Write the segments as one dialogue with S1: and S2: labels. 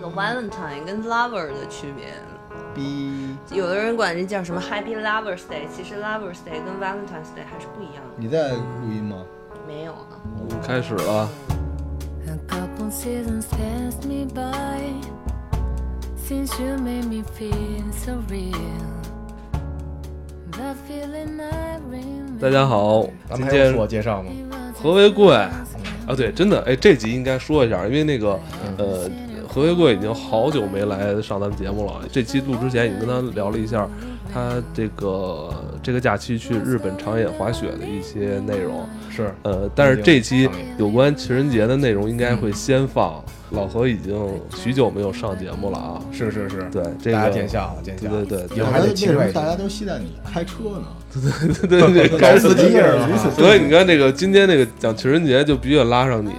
S1: 个 Valentine 跟 Lover 的区别。
S2: 逼，
S1: 有的人管这叫什么 Happy Lovers Day，其实 Lovers Day 跟 Valentine's Day 还是不一样
S2: 你在录音吗？
S1: 的。没有啊，
S3: 开始了，
S4: A couple seasons passed me by since you made me feel so real. The feeling I
S3: 大家好，
S5: 咱
S3: 今
S5: 们还用
S3: 天
S5: 自我介绍吗？
S3: 何为贵啊，对，真的，哎，这集应该说一下，因为那个
S5: 嗯
S3: 呃，何为贵已经好久没来上咱们节目了。这期录之前已经跟他聊了一下，他这个这个假期去日本长野滑雪的一些内容。
S5: 是，
S3: 呃，但是这期有关情人节的内容应该会先放。老何已经许久没有上节目了啊，
S5: 是是是，
S3: 对这个
S5: 大家见笑啊，见笑，
S3: 对对对
S5: 以后还得
S2: 为
S5: 期
S2: 什
S5: 待
S2: 么
S5: 一
S2: 大
S5: 下。
S2: 家都期待你开车呢？
S3: 对 对对，开始
S5: 司机是吧
S3: 所以你看，这个今天这个讲情人节就必须得拉上你，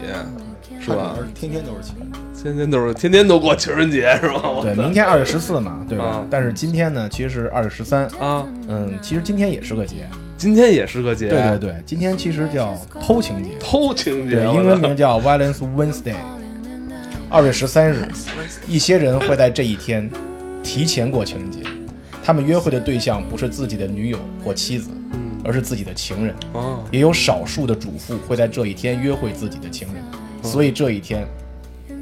S3: 是吧？
S2: 而天天都是情人节。
S3: 天天都是天天都过情人节是吧？我
S5: 对，明天二月十四嘛，对吧
S3: 啊？
S5: 但是今天呢，其实是二月十三。
S3: 啊，
S5: 嗯，其实今天也是个节，
S3: 今天也是个节，
S5: 对对对，今天其实叫偷情节，
S3: 偷情节，
S5: 对，
S3: 我
S5: 英文
S3: 操
S5: 名叫 Valence Wednesday。二月十三日，一些人会在这一天提前过情人节，他们约会的对象不是自己的女友或妻子，
S3: 嗯
S5: 而是自己的情人。
S3: 哦，
S5: 也有少数的主妇会在这一天约会自己的情人，所以这一天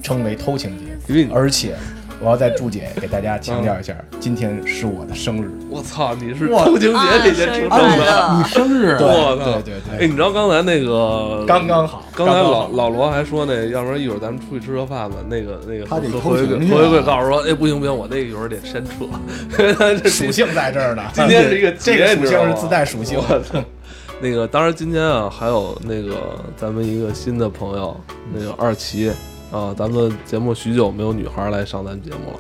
S5: 称为偷情
S3: 因为
S5: 节
S3: 你。
S5: 而且，我要再注解给大家强调一下，
S3: 嗯
S5: 今天是我的生日。
S3: 我操，你是偷情节这天出生
S1: 啊生日快乐
S2: 生日
S3: 的，我操，
S5: 对对对
S3: 哎，你知道刚才那个
S5: 刚刚好
S3: 刚才
S5: 刚刚
S3: 老
S5: 好
S3: 老罗还说那，要不然一会儿咱们出去吃个饭吧。那个那个
S2: 他得偷
S3: 何何
S2: 情
S3: 何
S2: 去啊
S3: 何贵告诉说，哎，不行不行，我那一会儿得删除。 这
S5: 属性在这儿呢，
S3: 今天是一个节
S5: 这个
S3: 你
S5: 属
S3: 知道
S5: 性
S3: 吗
S5: 是自带属性。
S3: 我操！那个，当然今天啊，还有那个咱们一个新的朋友，那个二奇啊，咱们节目许久没有女孩来上咱节目了。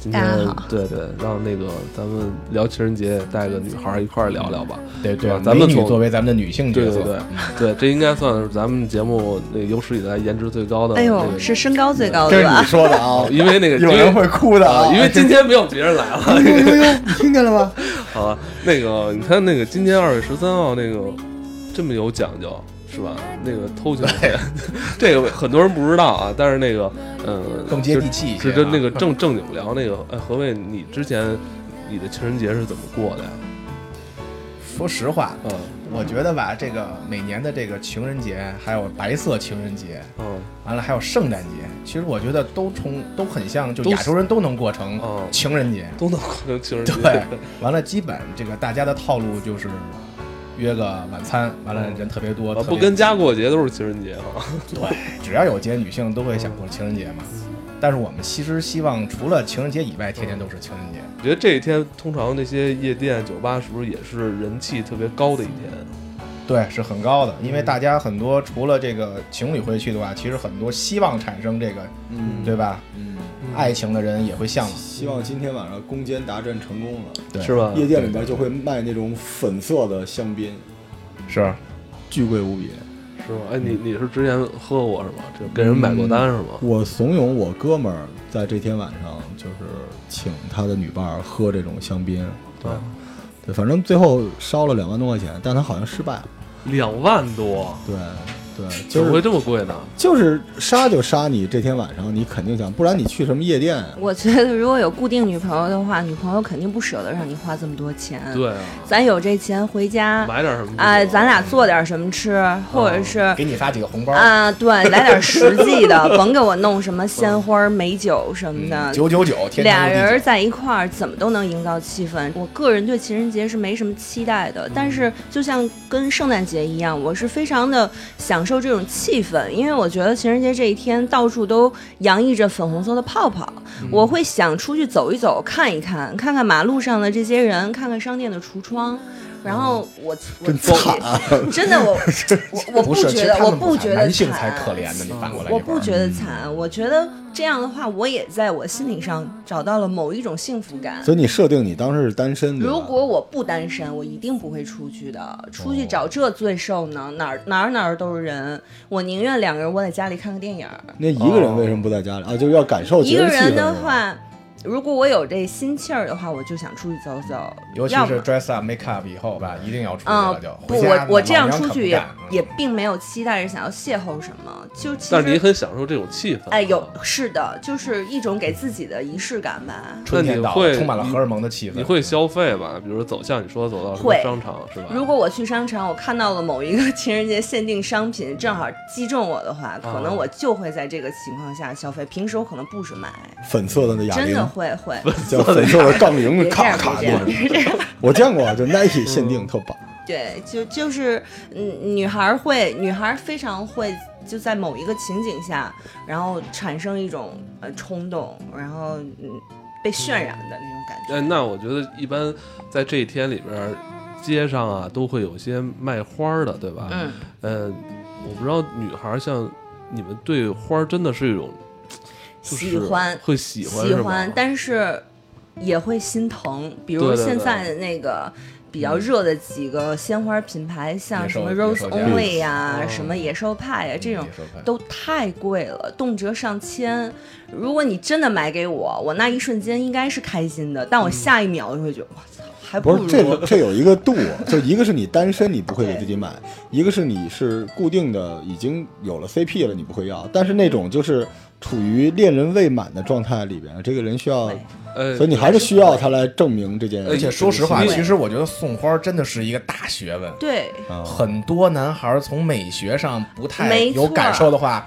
S3: 今天
S1: 大家好
S3: 对对，让那个咱们聊情人节，带个女孩一块儿聊聊吧。
S5: 对对
S3: 是啊吧，咱
S5: 美
S3: 们
S5: 女
S3: 从
S5: 作为咱们的女性
S3: 对
S5: 角
S3: 对
S5: 色，嗯
S3: 对对，这应该算是咱们节目那有史以来颜值最高的。
S1: 哎呦，是身高最高
S2: 这
S1: 的
S2: 是你
S1: 吧？
S2: 说的啊
S3: 哦，，因为那个
S2: 有人会哭 的啊，
S3: 因为今天没有别人来了。
S2: 呦呦呦，你听见了吗？
S3: 好吧，那个你看那个今天二月十三号那个这么有讲究是吧？那个偷情节， 这个很多人不知道啊，但是那个嗯，
S5: 更接地气一些
S3: 是
S5: 啊。
S3: 真那个正正经聊那个，哎，何谓你之前你的情人节是怎么过的呀？
S5: 说实话，
S3: 嗯
S5: 我觉得吧，这个每年的这个情人节，还有白色情人节，
S3: 嗯，
S5: 完了还有圣诞节，其实我觉得都从都很像，就
S3: 都
S5: 亚洲人都能过成
S3: 哦
S5: 情 人节。
S3: 都能过成情人 节。
S5: 对，完了，基本这个大家的套路就是约个晚餐，完了人特别多，
S3: 啊
S5: 特
S3: 不
S5: 别
S3: 跟家过节都是情人节啊哈，
S5: 对，只要有节，女性都会想
S3: 嗯
S5: 过情人节嘛。但是我们其实希望除了情人节以外，天天都是情人节。
S3: 我觉得这一天通常那些夜店、酒吧是不是也是人气特别高的一天？
S5: 对，是很高的，
S3: 嗯
S5: 因为大家很多除了这个情侣会去的话，其实很多希望产生这个，
S2: 嗯
S5: 对吧？
S2: 嗯，
S5: 爱情的人也会向往。
S2: 希望今天晚上攻坚达阵成功了。
S5: 对
S3: 是吧？
S2: 夜店里边就会卖那种粉色的香槟，
S5: 是，
S2: 巨贵无比。
S3: 是吗？哎，你你是之前喝过是吗？就给人买过单是吗？
S2: 我怂恿我哥们儿在这天晚上就是请他的女伴儿喝这种香槟，对，对，反正最后烧了两万多块钱，但他好像失败了。
S3: 两万多，
S2: 对，对，
S3: 怎
S2: 就
S3: 么会
S2: 是
S3: 这么贵呢？
S2: 就是杀就杀你这天晚上，你肯定想，不然你去什么夜店？
S1: 我觉得如果有固定女朋友的话，女朋友肯定不舍得让你花这么多钱。，
S3: 对啊，
S1: 咱有这钱回家，
S3: 买点什么不行？
S1: 哎，咱俩做点什么吃，或者是
S5: 给你发几个红包，
S1: 啊，对，来点实际的， 甭给我弄什么鲜花、美酒什么的。
S5: 九九九，天天
S1: 俩
S5: 都地
S1: 人儿
S5: 址
S1: 在一块儿，怎么都能营造气氛。我个人对情人节是没什么期待的，但
S5: 嗯
S1: 是就像跟圣诞节一样，我是非常的享受这种气氛，因为我觉得情人节这一天到处都洋溢着粉红色的泡泡，
S5: 嗯
S1: 我会想出去走一走，看一看，看看马路上的这些人，看看商店的橱窗。然后
S5: 哦
S1: 我我
S2: 真
S1: 自己
S2: 惨啊
S1: 真 的我我我
S5: 不是，
S1: 觉
S5: 其实
S1: 得，
S5: 他
S1: 我
S5: 们
S1: 不
S5: 惨
S1: 觉得
S5: 男性才
S1: 惨
S5: 可怜呢。你反过来一
S1: 我
S5: 半儿，嗯
S1: 不觉得惨，我觉得这样的话，我也在我心理上找到了某一种幸福感。
S2: 所以你设定你当时是单身的，
S1: 如果我不单身，我一定不会出去的。出
S5: 哦
S1: 去找这罪受呢，哪儿哪儿哪儿都是人。我宁愿两个人窝在家里看个电影儿。
S2: 那一个人为什么不在家里啊？就要感受
S1: 一
S2: 节
S1: 个
S2: 日气氛。
S1: 人的，话，如果我有这心气儿的话，我就想出去走走。
S5: 尤其
S1: 要
S5: 是
S1: 么
S5: dress up make up 以后吧，一定要出去
S1: 嗯
S5: 了就。，
S1: 不，
S5: 回家
S1: 我我
S5: 呢
S1: 这样
S5: 老娘
S1: 出
S5: 可
S1: 去
S5: 不
S1: 也
S5: 干嗯
S1: 也并没有期待着想要邂逅什么，就其
S3: 但是你
S1: 实
S3: 很享受这种气氛。啊
S1: 哎有是的，就是一种给自己的仪式感吧。
S5: 春天到
S3: 那你
S5: 了，
S3: 会
S5: 充满了荷尔蒙的气氛。
S3: 你会消费吧？比如走像你说走到什么
S1: 会
S3: 商场是吧？
S1: 如果我去商场，我看到了某一个情人节限定商品，正好击中我的
S2: 啊
S1: 话，可能我就会在这个情况下消费。平时我可能不是买，
S2: 粉色的那哑
S1: 真
S2: 铃
S1: 的，会会。
S2: 叫粉色的杠铃，
S1: 别这
S2: 咔
S1: 样，
S2: 咔
S1: 别这样嗯别
S2: 那，种。
S1: 这样。
S2: 我见过，啊就 Nike 限定特棒。
S1: 对，就就是，嗯，女孩儿会，女孩儿非常会，就在某一个情景下，然后产生一种呃冲动，然后嗯被渲染的那种感觉。
S3: 哎，
S2: 呃
S3: 那我觉得一般在这一天里边儿，街上啊都会有些卖花儿的，对吧？
S1: 嗯，
S3: 呃，我不知道女孩儿像你们对花儿真的是一种，就是
S1: 喜欢
S3: 会喜欢
S1: 喜
S3: 是吗
S1: 欢，但是也会心疼。比如
S3: 对对嗯
S1: 现
S3: 对
S1: 在的那个比较热的几个鲜花品牌，像
S5: 野
S1: 什
S5: 兽
S1: 么
S5: 野
S1: Rose
S5: 兽家
S1: Only 呀、
S3: 嗯
S1: 什么野兽派呀、这种
S5: 野兽派
S1: 都太贵了，动辄上千。如果你真的买给我，我那一瞬间应该是开心的，
S3: 嗯
S1: 但我下一秒就会觉得，我操，还
S2: 不
S1: 如
S2: 是这这有一个度，就一个是你单身你不会给自己买，一个是你是固定的已经有了 CP 了你不会要，但是那种就是处于恋人未满的状态里边，这个人需要，
S1: 对
S3: 哎，
S2: 所以你还是需要他来证明这件。
S5: 而且说实话，
S1: 对
S5: 其实我觉得送花真的是一个大学问。
S1: 对
S2: 啊，
S5: 很多男孩从美学上不太
S1: 没错
S5: 有感受的话，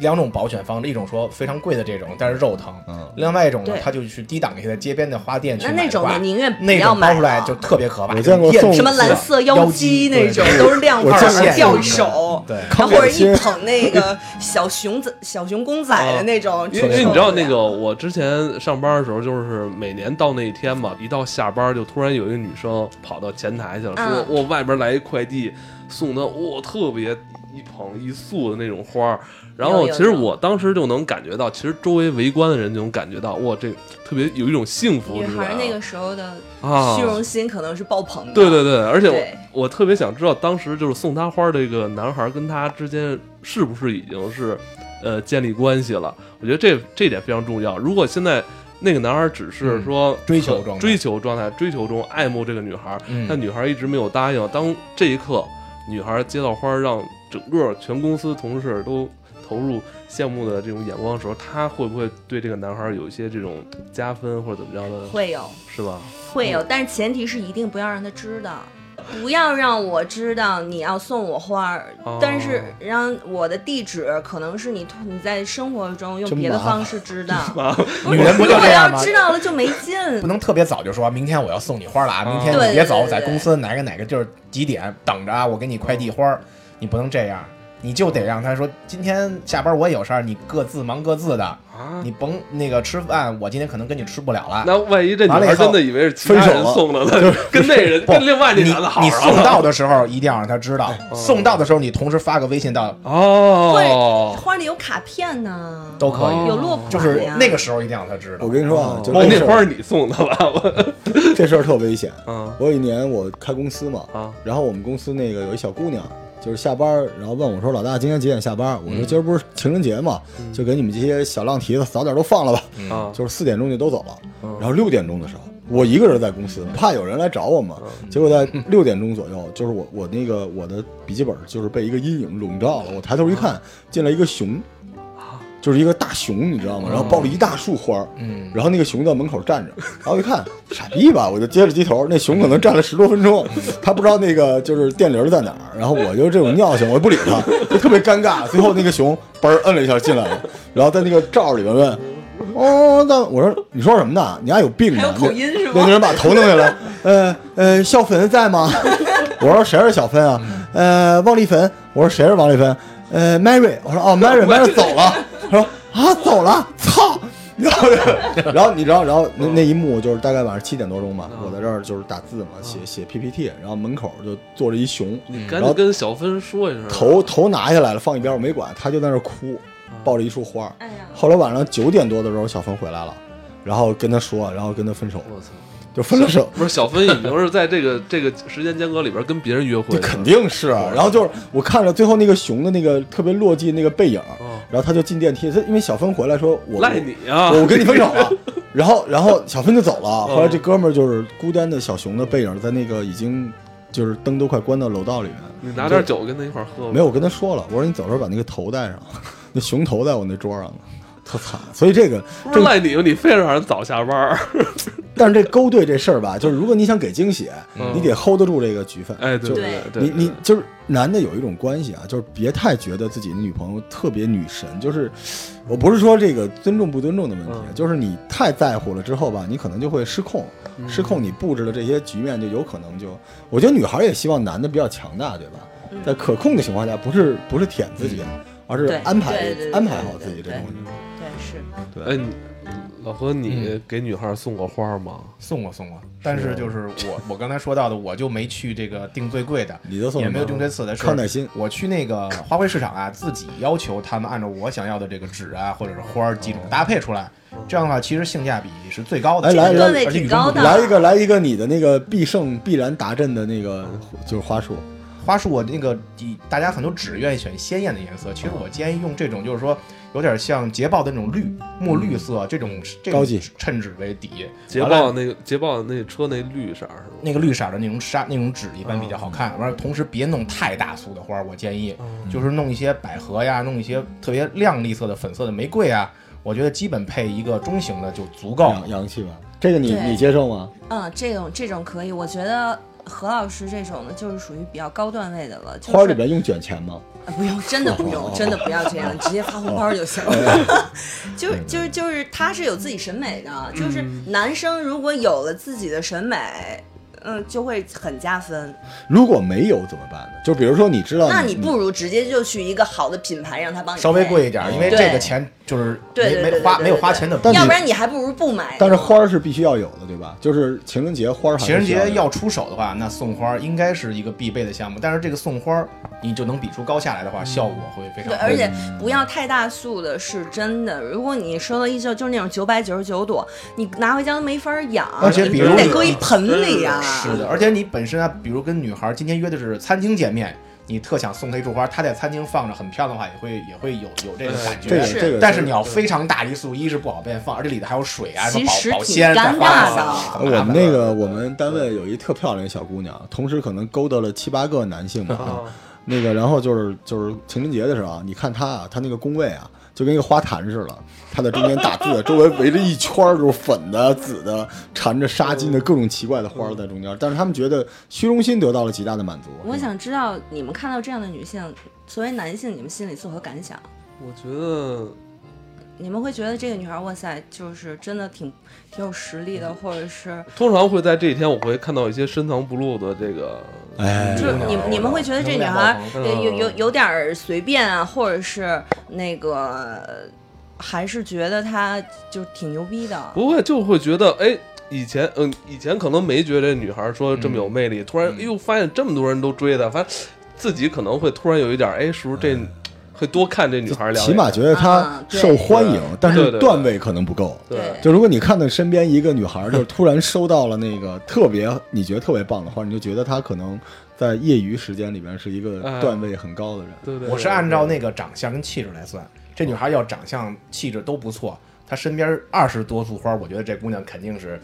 S5: 两种保选方式，一种说非常贵的这种，但是肉疼；
S2: 嗯
S5: 另外一种呢
S1: 对，
S5: 他就去低档一些的街边的花店去
S1: 那
S5: 买
S1: 那种
S5: 花
S1: 的宁愿不
S5: 那
S1: 要
S5: 种包
S1: 买
S5: 出来
S1: 了
S5: 就特别可怕。
S2: 我见过
S5: 就是
S2: 送
S5: 电
S1: 什么蓝色
S5: 妖
S1: 姬
S5: 对
S1: 那种
S5: 对
S1: 都是亮
S5: 我
S1: 粉儿
S5: 见过
S1: 的，掉
S5: 那
S1: 一
S5: 种
S1: 手，
S5: 对
S1: 然后或者
S2: 康乃馨
S1: 一捧那个小熊 仔、小熊公仔的那种，
S3: 哦因为因
S1: 真
S3: 为
S1: 受
S3: 你知道
S1: 不了
S3: 那个，我之前上班的时候，就是每年到那一天嘛，一到下班就突然有一个女生跑到前台去了，说
S1: 嗯
S3: 我外边来一快递，送的我特别一捧一束的那种花儿。然
S1: 有
S3: 后
S1: 有
S3: 其实
S1: 有
S3: 我当时就能感觉到，其实周围围观的人就能感觉到，哇，这特别有一种幸福
S1: 女
S3: 之
S1: 孩
S3: 感
S1: 儿。那个时候的
S3: 啊
S1: 虚荣心可能是爆棚的，
S3: 对对对，而且
S1: 对
S3: 我我特别想知道，当时就是送她花儿这个男孩跟她之间是不是已经是，呃，建立关系了？我觉得这这点非常重要。如果现在那个男孩只是
S5: 嗯
S3: 说、
S5: 追求状态
S3: 追求状态、追求中爱慕这个女孩，
S5: 嗯
S3: 但女孩一直没有答应。当这一刻，女孩接到花儿，让整个全公司同事都投入羡慕的这种眼光的时候，她会不会对这个男孩有一些这种加分或者怎么样的？
S1: 会有
S3: 是吧？
S1: 会
S3: 嗯
S1: 有，但是前提是一定不要让他知道，不要让我知道你要送我花儿，
S3: 哦
S1: 但是让我的地址可能是你你在生活中用
S2: 真
S1: 别的
S2: 麻烦
S1: 方式 知道，
S5: 女人不
S1: 如
S5: 就
S1: 果
S5: 这样
S1: 要
S5: 吗？
S1: 知道了就没劲。
S5: 不能特别早就说，明天我要送你花了啊！
S2: 嗯
S5: 明天
S1: 对
S5: 你别走，
S1: 对对
S5: 在
S1: 对
S5: 公司哪个哪个地儿几点等着啊，我给你快递花儿。你不能这样，你就得让他说，今天下班我也有事儿，你各自忙各自的，
S3: 啊
S5: 你甭那个吃饭，我今天可能跟你吃不了了。
S3: 那万一这女孩真的以为是其他人 送的呢？跟那人
S5: 不
S3: 跟另外那
S5: 你
S3: 男的好
S5: 你
S3: 上
S5: 送
S3: 了
S5: 到的时候一定要让他知道，
S2: 嗯
S5: 送到的时候你同时发个微信到
S1: 会
S3: 哦，
S1: 花里有卡片呢，
S5: 都可以，
S1: 有落款呀
S5: 就是那个时候一定要让他知道
S2: 哦我。跟你说啊，就
S3: 哎
S2: 这
S3: 那
S2: 事
S3: 花
S2: 儿
S3: 是你送的吧？我
S2: 这事儿特危险。
S3: 啊
S2: 我有一年我开公司嘛，
S3: 啊
S2: 然后我们公司那个有一小姑娘，就是下班儿，然后问我说：“老大，今天几点下班儿？”我说：“今儿不是情人节嘛，就给你们这些小浪蹄子早点都放了吧。”
S3: 啊！
S2: 就是四点钟就都走了。然后六点钟的时候，我一个人在公司，怕有人来找我嘛。结果在六点钟左右，就是我我那个我的笔记本就是被一个阴影笼罩了。我抬头一看，进来一个熊，就是一个大熊，你知道吗？然后抱了一大束花，嗯，然后那个熊在门口站着，然后一看傻逼吧，我就接着鸡头，那熊可能站了十多分钟，
S1: 嗯
S2: 他不知道那个就是电铃儿在哪儿，然后我就这种尿性，我不理他，就特别尴尬。最后那个熊嘣儿摁了一下进来了，然后在那个罩儿里面问。哦，那我说你说什么呢？你还有病呢？啊
S1: 还有口音是吗
S2: 那那个人把头弄下来，呃呃，校粉在吗？我说谁是小芬啊？呃，王丽芬。我说谁是王丽芬？呃，Mary。我说哦，Mary，Mary 走了。他说啊，走了，操！然后， 然后你知道，然后那那一幕就是大概晚上七点多钟吧，我在这儿就是打字嘛，写写 PPT，然后门口就坐着一熊，
S3: 你赶
S2: 嗯然后
S3: 嗯紧跟小芬说一声，啊
S2: 头头拿下来了，放一边我没管，他就在那儿哭，抱着一束花。
S1: 哎呀，
S2: 后来晚上九点多的时候，小芬回来了，然后跟他说，然后跟他分手，
S3: 我操！
S2: 就分了手。
S3: 不是小芬已经是在这个这个时间间隔里边跟别人约会
S2: 这
S3: 了，
S2: 肯定是啊。然后就是我看着最后那个熊的那个特别落寂那个背影，
S3: 哦
S2: 然后他就进电梯，他因为小芬回来说我
S3: 赖你啊！ 嗯
S2: 我我跟你分手了。然后然后小芬就走了。后来这哥们儿就是孤单的小熊的背影，在那个已经就是灯都快关到楼道里面。
S3: 你拿点酒跟他一块儿喝吧。
S2: 没有，我跟他说了，我说你走的时候把那个头带上， 那熊头在我那桌上呢，特惨。所以这个
S3: 不是赖你吗？你非让人早下班儿。
S2: 但是这勾兑这事儿吧，就是如果你想给惊喜，
S3: 嗯
S2: 你得 hold 得住这个局分。
S3: 哎，对
S2: 就
S3: 对对，
S2: 你你
S3: 对
S2: 就是男的有一种关系啊，就是别太觉得自己女朋友特别女神，就是我不是说这个尊重不尊重的问题，啊
S3: 嗯
S2: 就是你太在乎了之后吧，你可能就会失控，
S3: 嗯
S2: 失控你布置的这些局面就有可能就，我觉得女孩也希望男的比较强大，对吧？
S3: 嗯
S2: 在可控的情况下，不是不是舔自己，而是
S1: 对
S2: 安排
S1: 对对对
S2: 安排好自己这
S1: 对
S2: 东西。
S1: 对，是
S3: 哎，你老何，你
S2: 嗯
S3: 给女孩送过花吗？
S5: 送过送过，但
S2: 啊
S5: 是就是我我刚才说到的，我就没去这个订最贵的，
S2: 你都送
S5: 也
S2: 什
S5: 没有
S2: 么？
S5: 订这次的是
S2: 康乃馨
S5: 我去那个花卉市场啊，自己要求他们按照我想要的这个纸啊，或者是花儿几种搭配出来，这样的话其实性价比是最高的，
S2: 哎来
S5: 而且
S2: 来
S5: 而
S1: 来
S5: 且与众不
S1: 挺高
S5: 同
S1: 的
S2: 来一个来一个你的那个必胜必然达阵的那个就是花束，
S5: 花束我那个以大家很多纸愿意选鲜艳的颜色，其实我建议用这种，就是说有点像捷豹的那种绿墨绿色这种这种
S2: 高级
S5: 衬纸为底，
S3: 捷
S5: 完了
S3: 豹那个捷豹那车那绿色儿是吗？
S5: 那个绿色的那种纱那种纸一般比较好看。完了，同时别弄太大束的花，我建议就是弄一些百合呀，弄一些特别亮丽色的粉色的玫瑰啊。我觉得基本配一个中型的就足够。
S2: 洋洋气吧？这个你
S1: 对
S2: 你接受吗？
S1: 嗯，这种这种可以，我觉得何老师这种呢，就是属于比较高段位的了，就是、
S2: 花儿里边用卷钱吗？
S1: 啊不用，真的不
S2: 哦
S1: 用，真的不要这样，直接发红包就行
S5: 哦
S1: 了。 就是
S5: 嗯
S1: 就是就是，他是有自己审美的，就是男生如果有了自己的审美，嗯，就会很加分。
S2: 如果没有怎么办呢？就比如说你知道，
S1: 那你不如直接就去一个好的品牌，让他帮你
S5: 嗯稍微
S1: 配
S5: 贵一点，因为
S1: 对
S5: 这个钱就是
S1: 对对
S5: 没
S1: 对
S5: 没
S1: 对
S5: 花
S1: 对
S5: 没有
S1: 对
S5: 花
S1: 对
S5: 钱的，
S2: 但你
S1: 要不然你还不如不买。
S2: 但是花儿是必须要有的，对吧？就是情人节花儿还是
S5: 情人节
S2: 需要
S5: 要出手的话，那送花应该是一个必备的项目。但是这个送花，你就能比出高下来的
S2: 嗯
S5: 话，效果会非
S1: 对，
S5: 常好。
S1: 而且不要太大束的，是真的。如果你收到一束就是那种九百九十九朵，你拿回家都没法养，
S5: 而且比如
S1: 你得
S5: 你
S1: 搁一盆里啊呀、
S5: 是的，而且你本身啊，比如跟女孩今天约的是餐厅见面，你特想送她一束花，她在餐厅放着很漂亮的话，也会也会有有这种感
S2: 这个
S5: 觉。
S1: 是
S2: 这个，
S5: 但是你要非常大一束，一是不好变放，而且里头还有水啊，什么
S1: 其实
S5: 保保
S1: 挺
S5: 鲜再
S1: 尴
S5: 花
S1: 尬的
S5: 啊
S2: 我们那个我们单位有一特漂亮的小姑娘，同时可能勾搭了七八个男性 吧。
S3: 啊，
S2: 那个，然后就是就是情人节的时候啊，你看她啊，她那个工位啊，就跟一个花坛似的，她在中间打字，周围围了一圈儿，就是粉的、紫的，缠着纱巾的各种奇怪的花儿在中间。但是他们觉得虚荣心得到了极大的满足。
S1: 我想知道你们看到这样的女性，作为男性，你们心里作何感想？
S3: 我觉得
S1: 你们会觉得这个女孩，哇塞，就是真的挺挺有实力的，或者是
S3: 通常会在这一天，我会看到一些深藏不露的这个，
S2: 哎
S1: 就
S5: 对
S1: 是你
S5: 对
S1: 你们会觉得这女孩
S5: 有点
S1: 呃
S3: 包
S1: 有
S3: 装
S2: 嗯
S1: 有有点儿随便啊，或者是那个，还是觉得她就挺牛逼的？
S3: 不会就会觉得哎。以前嗯，以前可能没觉得这女孩说这么有魅力，突然哎呦，发现这么多人都追她，发现自己可能会突然有一点哎，是不是这会多看这女孩两眼？
S2: 起码觉得她
S1: 啊对
S2: 受欢迎，但
S3: 对
S2: 是
S3: 对
S2: 段位可能不够。
S3: 对
S1: 对
S2: 就如果你看到身边一个女孩儿，就是突然收到了那个特别你觉得特别棒的花，你就觉得她可能在业余时间里边是一个
S3: 哎
S2: 段位很高的人。
S1: 哎
S3: 对对，
S5: 我是按照那个长相跟气质来算，这女孩要长相气质都不错，她身边二十多束花，我觉得这姑娘肯定是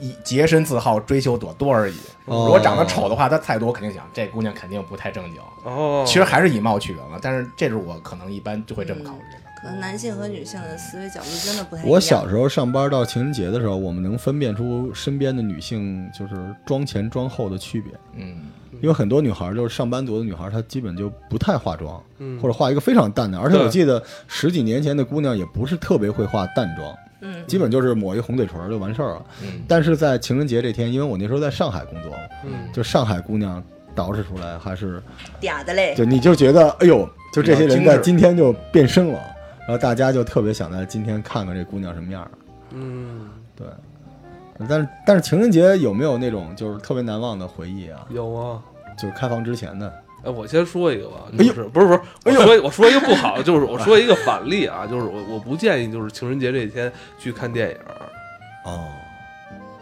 S5: 以洁身自好，追求朵朵而已。
S2: 哦
S5: 如果长得丑的话，她再多肯定想这姑娘肯定不太正经。
S3: 哦，
S5: 其实还是以貌取人了，但是这是我可能一般就会这么考虑。
S1: 可能男性和女性的思维角度真的不太一样。
S2: 我小时候上班到情人节的时候，我们能分辨出身边的女性就是妆前妆后的区别，
S5: 嗯，
S2: 因为很多女孩儿就是上班族的女孩儿，她基本就不太化妆，
S3: 嗯
S2: 或者化一个非常淡的。而且
S3: 对
S2: 我记得十几年前的姑娘也不是特别会化淡妆，
S1: 嗯，
S2: 基本就是抹一红嘴唇儿就完事儿了。
S5: 嗯
S2: 但是在情人节这天，因为我那时候在上海工作，
S3: 嗯
S2: 就上海姑娘捯饬出来，还是
S1: 嗲的嘞，
S2: 就你就觉得，哎呦，就这些人
S5: 比较
S2: 在
S5: 精致
S2: 今天就变身了，然后大家就特别想在今天看看这姑娘什么样儿。
S3: 嗯，
S2: 对，但是但是情人节有没有那种就是特别难忘的回忆啊？
S3: 有啊，
S2: 就是开放之前的，
S3: 哎，我先说一个吧，
S2: 哎
S3: 就
S2: 呦
S3: 是、不是不是，我说、我说一个不好，就是我说一个反例啊，就是我我不建议就是情人节这一天去看电影儿，
S2: 哦，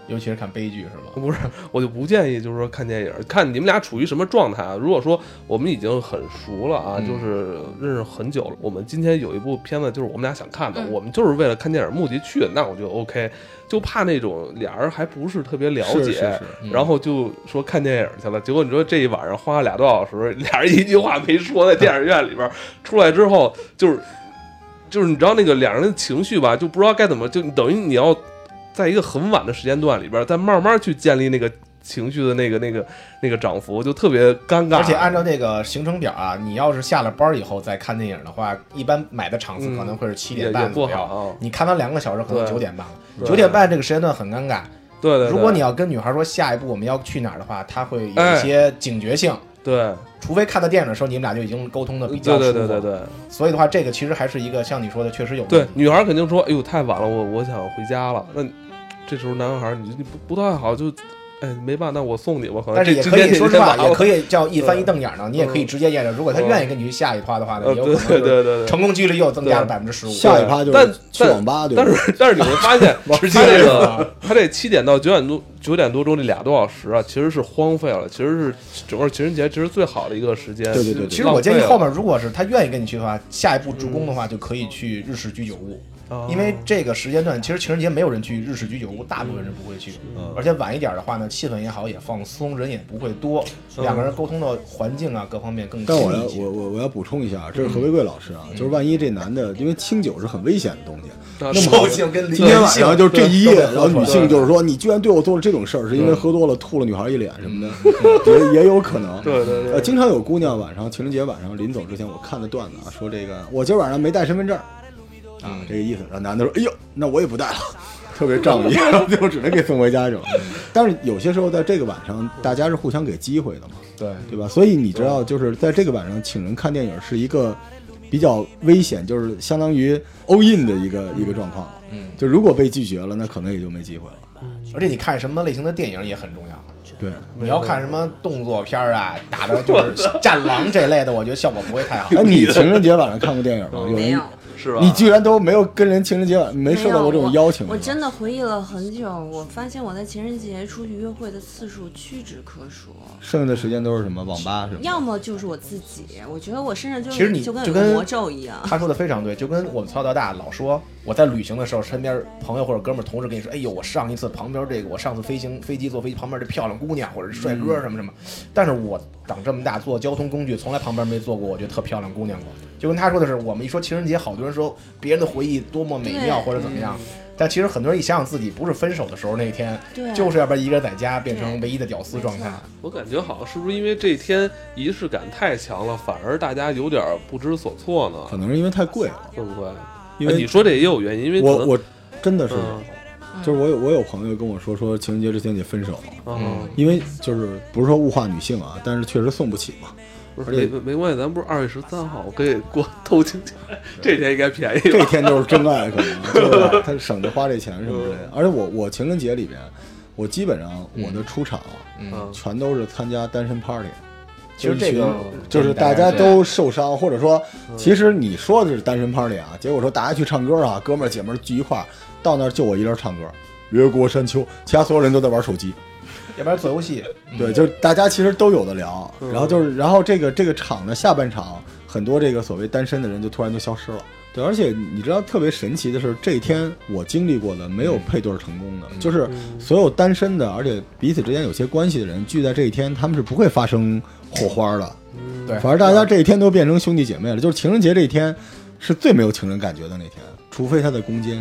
S5: 尤其是看悲剧是吧？
S3: 不是，我就不建议，就是说看电影，看你们俩处于什么状态啊。如果说我们已经很熟了
S2: 嗯
S3: 啊，就是认识很久了，我们今天有一部片子就是我们俩想看的，我们就是为了看电影目的去的，那我就 OK。就怕那种俩人还不是特别了
S2: 是
S3: 解，
S2: 是是
S3: 然后就说看电影去了，结果你说这一晚上花了俩多小时，俩人一句话没说，在电影院里边儿出来之后，就是就是你知道那个俩人的情绪吧，就不知道该怎么，就等于你要在一个很晚的时间段里边儿，再慢慢去建立那个情绪的那个那个那个涨幅，就特别尴尬。
S5: 而且按照那个行程表啊，你要是下了班以后再看电影的话，一般买的场次可能会是七
S3: 嗯也
S5: 点
S3: 也
S5: 半
S3: 不
S5: 左
S3: 好
S5: 右。
S3: 啊，
S5: 你看完两个小时，可能
S3: 对
S5: 九点半了。
S3: 对
S5: 九点半这个时间段很尴尬。
S3: 对对对。
S5: 如果你要跟女孩说下一步我们要去哪儿的话，她会有一些警觉性。
S3: 对
S5: 除非看到电影的时候，你们俩就已经沟通的比
S3: 对
S5: 较
S3: 对
S5: 舒服。
S3: 对对对对
S5: 所以的话，这个其实还是一个像你说的，确实有问
S3: 对
S5: 题，。
S3: 女孩肯定说：“哎呦，太晚了，我我想回家了。”那这时候男孩你你不不太好，就哎没办法，那我送你吧，可能
S5: 但是
S3: 这
S5: 也
S3: 今
S5: 可
S3: 天
S5: 以
S3: 这
S5: 说
S3: 天
S5: 实话，
S3: 晚
S5: 也
S3: 了。
S5: 可以叫一翻一瞪眼儿呢。你也可以直接验证，如果她
S3: 嗯
S5: 愿意跟你去下一趴的话呢，
S3: 呃
S5: 也有
S3: 对
S5: 可
S3: 对
S5: 能
S3: 对对
S5: 就是
S3: 对
S5: 成功几率又增加了
S3: 对
S5: 百分之十五。
S2: 下一趴就
S3: 但
S2: 是去网吧，对吧
S3: 但？是但是你会发 现，
S5: 直接
S3: 他这
S5: 是吧
S3: 个 他这七点到九点多九点多钟这俩多小时啊，其实是荒废了，其实是整个情人节其实最好的一个时间。
S2: 对对对对
S5: 其实我建议后面，如果是他愿意跟你去的话，下一步助攻的话，就可以去日式居酒屋，
S2: 哦
S3: 浪费了
S5: 因为这个时间段其实情人节没有人去日式居酒屋，大部分人不会去，
S2: 嗯
S5: 而且晚一点的话呢，气氛也好，也放松，人也不会多，
S2: 嗯
S5: 两个人沟通的环境啊各方面更
S2: 但
S5: 亲
S2: 我
S5: 密
S2: 要
S3: 嗯
S5: 一些
S2: 我。我我要补充一下，这是何为贵老师啊，就是万一这男的，因为清酒是很危险的东西，
S3: 啊
S2: 那么
S5: 兽性跟
S2: 今天晚上就是这一夜，
S5: 对
S2: 然后女性就是说你居然对我做了这种事儿，是因为喝多了吐了女孩一脸什么的，也也有可能。
S3: 对对对
S2: 呃，经常有姑娘晚上情人节晚上临走之前，我看的段子啊，说这个我今儿晚上没带身份证儿，啊，这个意思。然后男的说，哎呦，那我也不带了。特别仗义，然后 最后只能给送回家这种。 但是有些时候，在这个晚上，大家是互相给机会的嘛。
S5: 对，
S2: 对吧？所以你知道，就是在这个晚上请人看电影是一个比较危险，就是相当于 all in 的一个一个状况。
S5: 嗯，
S2: 就如果被拒绝了，那可能也就没机会了。
S5: 而且你看什么类型的电影也很重要。
S2: 对，
S5: 你要看什么动作片儿啊，打的就是战狼这类的，我觉得效果不会太好。
S2: 哎，你情人节晚上看过电影吗？有
S1: 没有
S2: 人，
S3: 是吧？
S2: 你居然都没有跟人情人节晚没受到过这种邀请吗
S1: 我。我真的回忆了很久，我发现我在情人节出去约会的次数屈指可数，
S2: 剩下的时间都是什么网吧什么的？
S1: 要么就是我自己，我觉得我身上就
S5: 其实你
S1: 就跟
S5: 就
S1: 有个
S5: 跟
S1: 魔咒一样。
S5: 他说的非常对，就跟我们从小到大老说，我在旅行的时候，身边朋友或者哥们儿、同事跟你说，哎呦，我上一次旁边这个，我上次飞行飞机坐飞机旁边这漂亮姑娘或者是帅哥什么什么，但是我长这么大坐交通工具，从来旁边没坐过，我觉得特漂亮姑娘过。就跟他说的是，我们一说情人节，好多人说别人的回忆多么美妙
S1: 对嗯
S5: 或者怎么样，但其实很多人一想想自己不是分手的时候那一天，
S1: 对
S5: 就是要不然一个人在家变
S1: 对
S5: 成唯一的屌丝状态
S1: 没。错
S3: 我感觉好像是不是因为这天仪式感太强了，反而大家有点不知所措
S2: 可
S3: 呢？
S2: 能是因为太贵了，
S3: 会不会？
S2: 因
S3: 哎
S2: 为
S3: 你说这也有原因，因为可
S2: 我
S3: 能
S2: 我真的是，
S3: 嗯
S2: 就是我有我有朋友跟我说说情人节之前得分手，
S3: 嗯，
S2: 因为就是不是说物化女性啊，但是确实送不起嘛。
S3: 不是
S2: 而且
S3: 没没关系，咱不是二月十三号，我可以 过偷情节，这天应该便宜
S2: 这
S3: 吧？
S2: 天就是真爱，可能就是他省着花这钱什么之类的。而且我我情人节里边，我基本上我的出场
S3: 嗯
S2: 全都是参加单身 party。
S5: 其实这个
S2: 就是大家都受伤，或者说，其实你说的是单身 party 啊，结果说大家去唱歌啊，哥们儿姐们儿聚一块儿，到那儿就我一人唱歌，越过山丘，其他所有人都在玩手机。
S5: 要不然做游戏。
S2: 对，就是大家其实都有的聊，然后就是，然后这个这个场的下半场，很多这个所谓单身的人就突然就消失了。对，而且你知道特别神奇的是，这一天我经历过的没有配对成功的，就是所有单身的，而且彼此之间有些关系的人聚在这一天，他们是不会发生火花的。
S5: 对，
S2: 反而大家这一天都变成兄弟姐妹了，就是情人节这一天是最没有情人感觉的那天，除非他在攻坚。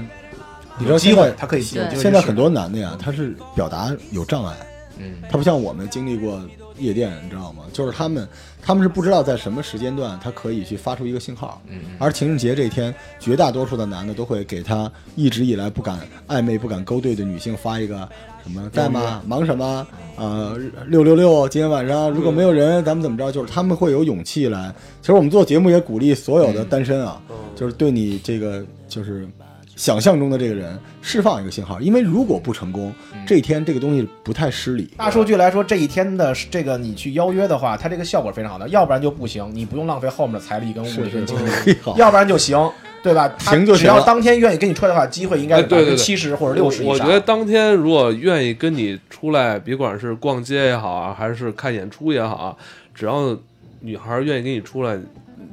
S2: 你知道
S5: 机
S2: 现
S5: 会
S2: 在，
S5: 他可以有机会去
S2: 现在
S5: 试
S2: 很多男的呀，他是表达有障碍。
S5: 嗯。
S2: 他不像我们经历过夜店，你知道吗？就是他们，他们是不知道在什么时间段他可以去发出一个信号。嗯，而情人节这一天，绝大多数的男的都会给他一直以来不敢暧昧、不敢勾兑的女性发一个什么在吗？忙什么？呃，六六六，今天晚上如果没有人，咱们怎么着？就是他们会有勇气来。其实我们做节目也鼓励所有的单身啊，就是对你这个就是想象中的这个人释放一个信号，因为如果不成功，这一天这个东西不太失礼。
S5: 大数据来说，这一天的这个你去邀约的话，它嗯这个效果非常好的，要不然就不行，你不用浪费后面的财力跟物
S2: 是
S5: 力
S2: 是
S5: 跟
S2: 是
S5: 精力，，
S2: 嘿好，
S5: 要不然就行，对吧？他
S2: 行就
S5: 只
S2: 行
S5: 要
S2: 了
S5: 当天愿意跟你吹的话，机会应该
S3: 哎
S5: 是百
S3: 对
S5: 分
S3: 对
S5: 之
S3: 对
S5: 七十或者六十以
S3: 我我
S5: 上
S3: 觉。得当天如果愿意跟你出来，别管是逛街也好啊，还是看演出也好啊，只要女孩愿意跟你出来，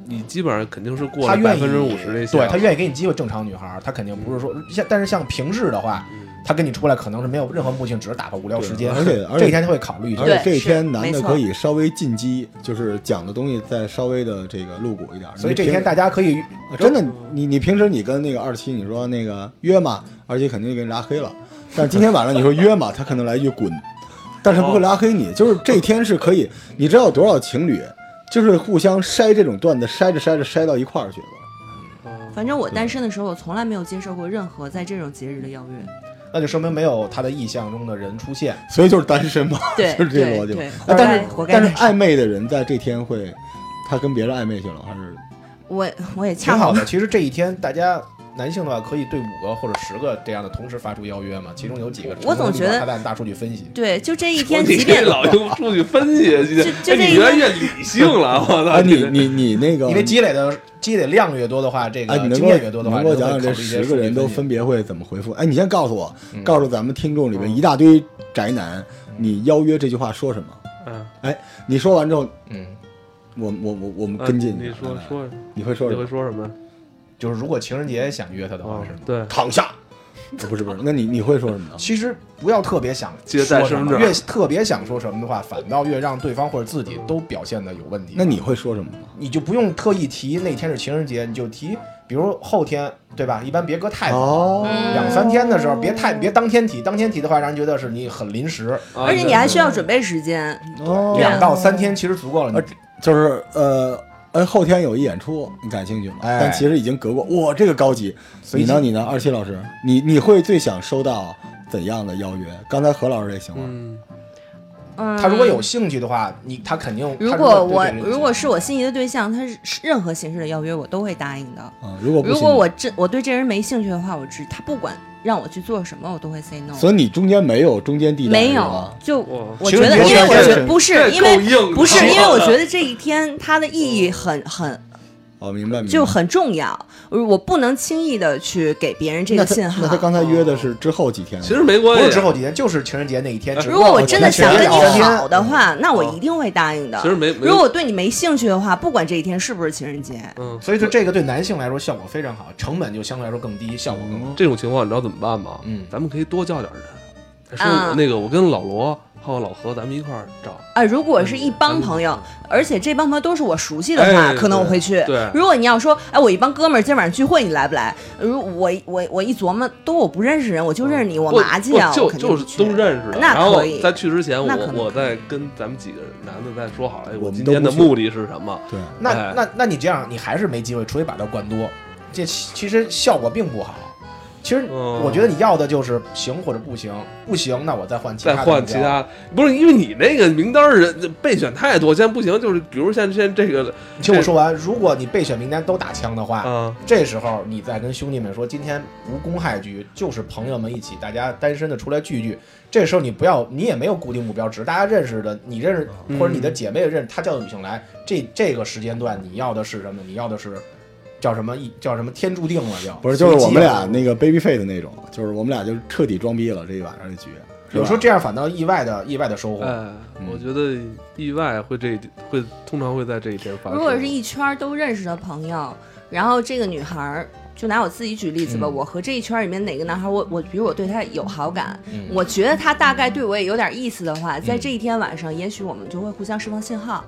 S3: 你基本上肯定是过
S5: 他
S3: 了
S5: 愿
S3: 百
S5: 意
S3: 分之五十这些。啊
S5: 对他愿意给你机会，正常女孩儿她肯定不是说像，但是像平日的话，
S3: 嗯
S5: 她跟你出来可能是没有任何目的性，只是打发无聊时间。
S2: 而且而且
S5: 这一天她会考虑一下
S2: 而。且
S1: 对
S2: 这一
S1: 是
S2: 天男
S1: 没
S2: 的
S1: 错
S2: 可以稍微进击，就是讲的东西再稍微的这个露骨一点。
S5: 所以
S2: 你
S5: 这一
S2: 平
S5: 天大家可以
S2: 啊真的，你你平时你跟那个二七你说那个约嘛，二七肯定就给你拉黑了，但今天晚上你说约嘛，他可能来一句滚，但是不
S1: 哦
S2: 会拉黑你。就是这一天是可以，你知道有多少情侣就是互相筛这种段子，筛着筛着筛到一块儿去了。
S1: 反正我单身的时候，我从来没有接受过任何在这种节日的邀约。
S5: 那就说明没有她的意向中的人出现。
S2: 所以就是单身嘛，
S1: 对
S2: 就是这个逻辑嘛
S1: 对对。
S2: 那但是
S1: 活该
S2: 但是
S1: 活该
S2: 暧昧的人在这天会，他跟别人暧昧去了，还是
S1: 我我也
S5: 挺
S1: 恰
S5: 好
S1: 好
S5: 的。其实这一天大家。男性的话，可以对五个或者十个这样的同时发出邀约嘛？其中有几个成功率
S1: 我总觉得
S5: 吧他按大数据分析，
S1: 对，就这一
S3: 我
S1: 天，
S3: 你
S1: 即便
S3: 这老 用数据分析，
S1: 就就
S3: 哎
S1: 这
S3: 你
S1: 一
S3: 越来
S1: 天
S3: 越理性了，我 操！
S5: 啊
S2: 哎，你
S3: 这
S2: 你你那个
S5: 因为积累的积累量越多的话，这个
S2: 哎，你能
S5: 经
S2: 给我
S5: 验越多的话，
S2: 能给我
S5: 就会
S2: 讲讲
S5: 考
S2: 这
S5: 虑一些
S2: 十个人都
S5: 数据析嗯
S2: 分别会怎么回复？哎，你先告诉我，告诉咱们听众里面一大堆宅男，你邀约这句话说什么？
S3: 嗯
S2: 哎，你说完之后，
S5: 嗯，
S2: 我我我我们
S3: 啊
S2: 跟进
S3: 你
S2: 一下
S3: 说
S2: 来来
S3: 说，
S2: 你会说
S3: 你
S2: 什
S3: 会
S2: 么？
S3: 说什么？
S5: 就是如果情人节想约他的话
S3: 哦
S5: 是吗？，
S3: 对，
S2: 躺下。哦不是不是，那你你会说什么呢？
S5: 其实不要特别想
S3: 接待
S5: 说
S3: 身
S5: 什
S3: 份
S5: 么，
S3: 证
S5: 越特别想说什么的话，反倒越让对方或者自己都表现的有问题。
S2: 那你会说什么呢？
S5: 你就不用特意提那天是情人节，你就提，比如后天，对吧？一般别隔太早，
S2: 哦
S5: 两三天的时候，别太别当天提，当天提的话，让人觉得是你很临时，
S3: 啊
S1: 而且你还需要准备时间，
S2: 哦
S1: 对啊
S5: 两到三天其实足够了。
S2: 呃
S5: 你
S2: 就是呃。哎，后天有一演出，你感兴趣吗？
S5: 哎
S2: 但其实已经隔过，哇，这个高级。
S5: 随
S2: 你
S5: 机
S2: 呢？你呢？二七老师，你你会最想收到怎样的邀约？刚才何老师这行为，
S3: 嗯，
S1: 嗯，
S5: 他如果有兴趣的话，你他肯定。
S1: 如
S5: 他
S1: 果
S5: 对
S1: 我
S5: 这个
S1: 如果是我心仪的对象，他是任何形式的邀约我都会答应的。
S2: 啊，如果不
S1: 如
S2: 行
S1: 果
S2: 呢
S1: 我真我对这人没兴趣的话，我只他不管让我去做什么，我都会 say no。
S2: 所以你中间没有中间地带
S1: 没
S2: 是
S1: 有
S2: 吧，
S1: 就
S3: 哇
S1: 我
S5: 其
S1: 觉
S5: 实
S1: 得，因
S5: 你
S1: 为
S5: 说
S1: 我
S5: 这
S1: 觉
S5: 是
S1: 得不
S3: 这
S1: 是因
S3: 够硬
S1: 为不是
S3: 的
S1: 因为我觉得这一天它的意义很
S2: 嗯
S1: 很
S2: 哦，明白明白，
S1: 就很重要，我不能轻易的去给别人这个
S2: 那他
S1: 信
S2: 那他
S1: 号。
S2: 刚才约的是之后几天，
S3: 其实没
S5: 不
S3: 关
S5: 是
S3: 系啊
S5: 之。后几天，就是情人节那一天。只不
S1: 如
S5: 过
S1: 果我
S5: 我
S1: 真的想跟你
S5: 前两
S1: 好的话，那我一定会答应的。
S3: 哦其实没没
S1: 如果我对你没兴趣的话，不管这一天是不是情人节，
S3: 嗯，
S5: 所以说这个对男性来说效果非常好，成本就相对来说更低，效果更好。
S3: 这种情况你知道怎么办吗？
S5: 嗯
S3: 咱们可以多叫点人。说
S1: 啊
S3: 我那个，我跟老罗还有老何，咱们一块儿找。
S1: 啊，如果是一帮朋友，而且这帮朋友都是我熟悉的话，
S3: 嗯哎
S1: 可能我会去。
S3: 对对
S1: 如果你要说，哎，我一帮哥们儿今天晚上聚会，你来不来？如我我我一琢磨，都我不认识人，我就认识你，我
S3: 嗯不
S1: 麻将，
S3: 不
S1: 我
S3: 就
S1: 肯定
S3: 就是
S1: 不去
S3: 都认识的。
S1: 那
S3: 然后
S1: 可以
S3: 在去之前，
S1: 那可
S3: 我
S1: 能
S3: 我
S1: 可
S3: 再跟咱们几个男的再说好了，哎
S2: 我们
S3: 今
S2: 都
S3: 天的
S2: 不去
S3: 目的是什么？
S2: 对，
S5: 那
S3: 哎
S5: 那那你这样，你还是没机会，除非把它灌多，这其其实效果并不好。其实
S3: 嗯
S5: 我觉得你要的就是行或者不行，不行那我再换其他
S3: 再
S5: 的
S3: 换
S5: 目
S3: 其
S5: 标
S3: 他，不是因为你那个名单儿人备选太多，现在不行，就是比如现在现在这个
S5: 你听我说完，如果你备选名单都打枪的话，
S3: 啊，
S5: 这时候你再跟兄弟们说，今天无公害局，就是朋友们一起，大家单身的出来聚聚。这时候你不要，你也没有固定目标，只是大家认识的，你认识
S3: 嗯
S5: 或者你的姐妹认识，她叫女性来，这这个时间段你要的是什么？你要的是叫什么？一叫什么？天注定了就
S2: 不是就是我们俩
S5: 随机了
S2: 那个 baby face 那种，就是我们俩就彻底装逼了这一晚上这局，是吧呃
S5: 有时候这样反倒意外的意外的收获。
S3: 哎，我觉得意外会这一会通常会在这一天发生。
S1: 如果是一圈儿都认识的朋友，然后这个女孩儿。就拿我自己举例子吧，我和这一圈儿里面哪个男孩儿，我我比如我对他有好感，我觉得他大概对我也有点意思的话，在这一天晚上，也许我们就会互相释放信号。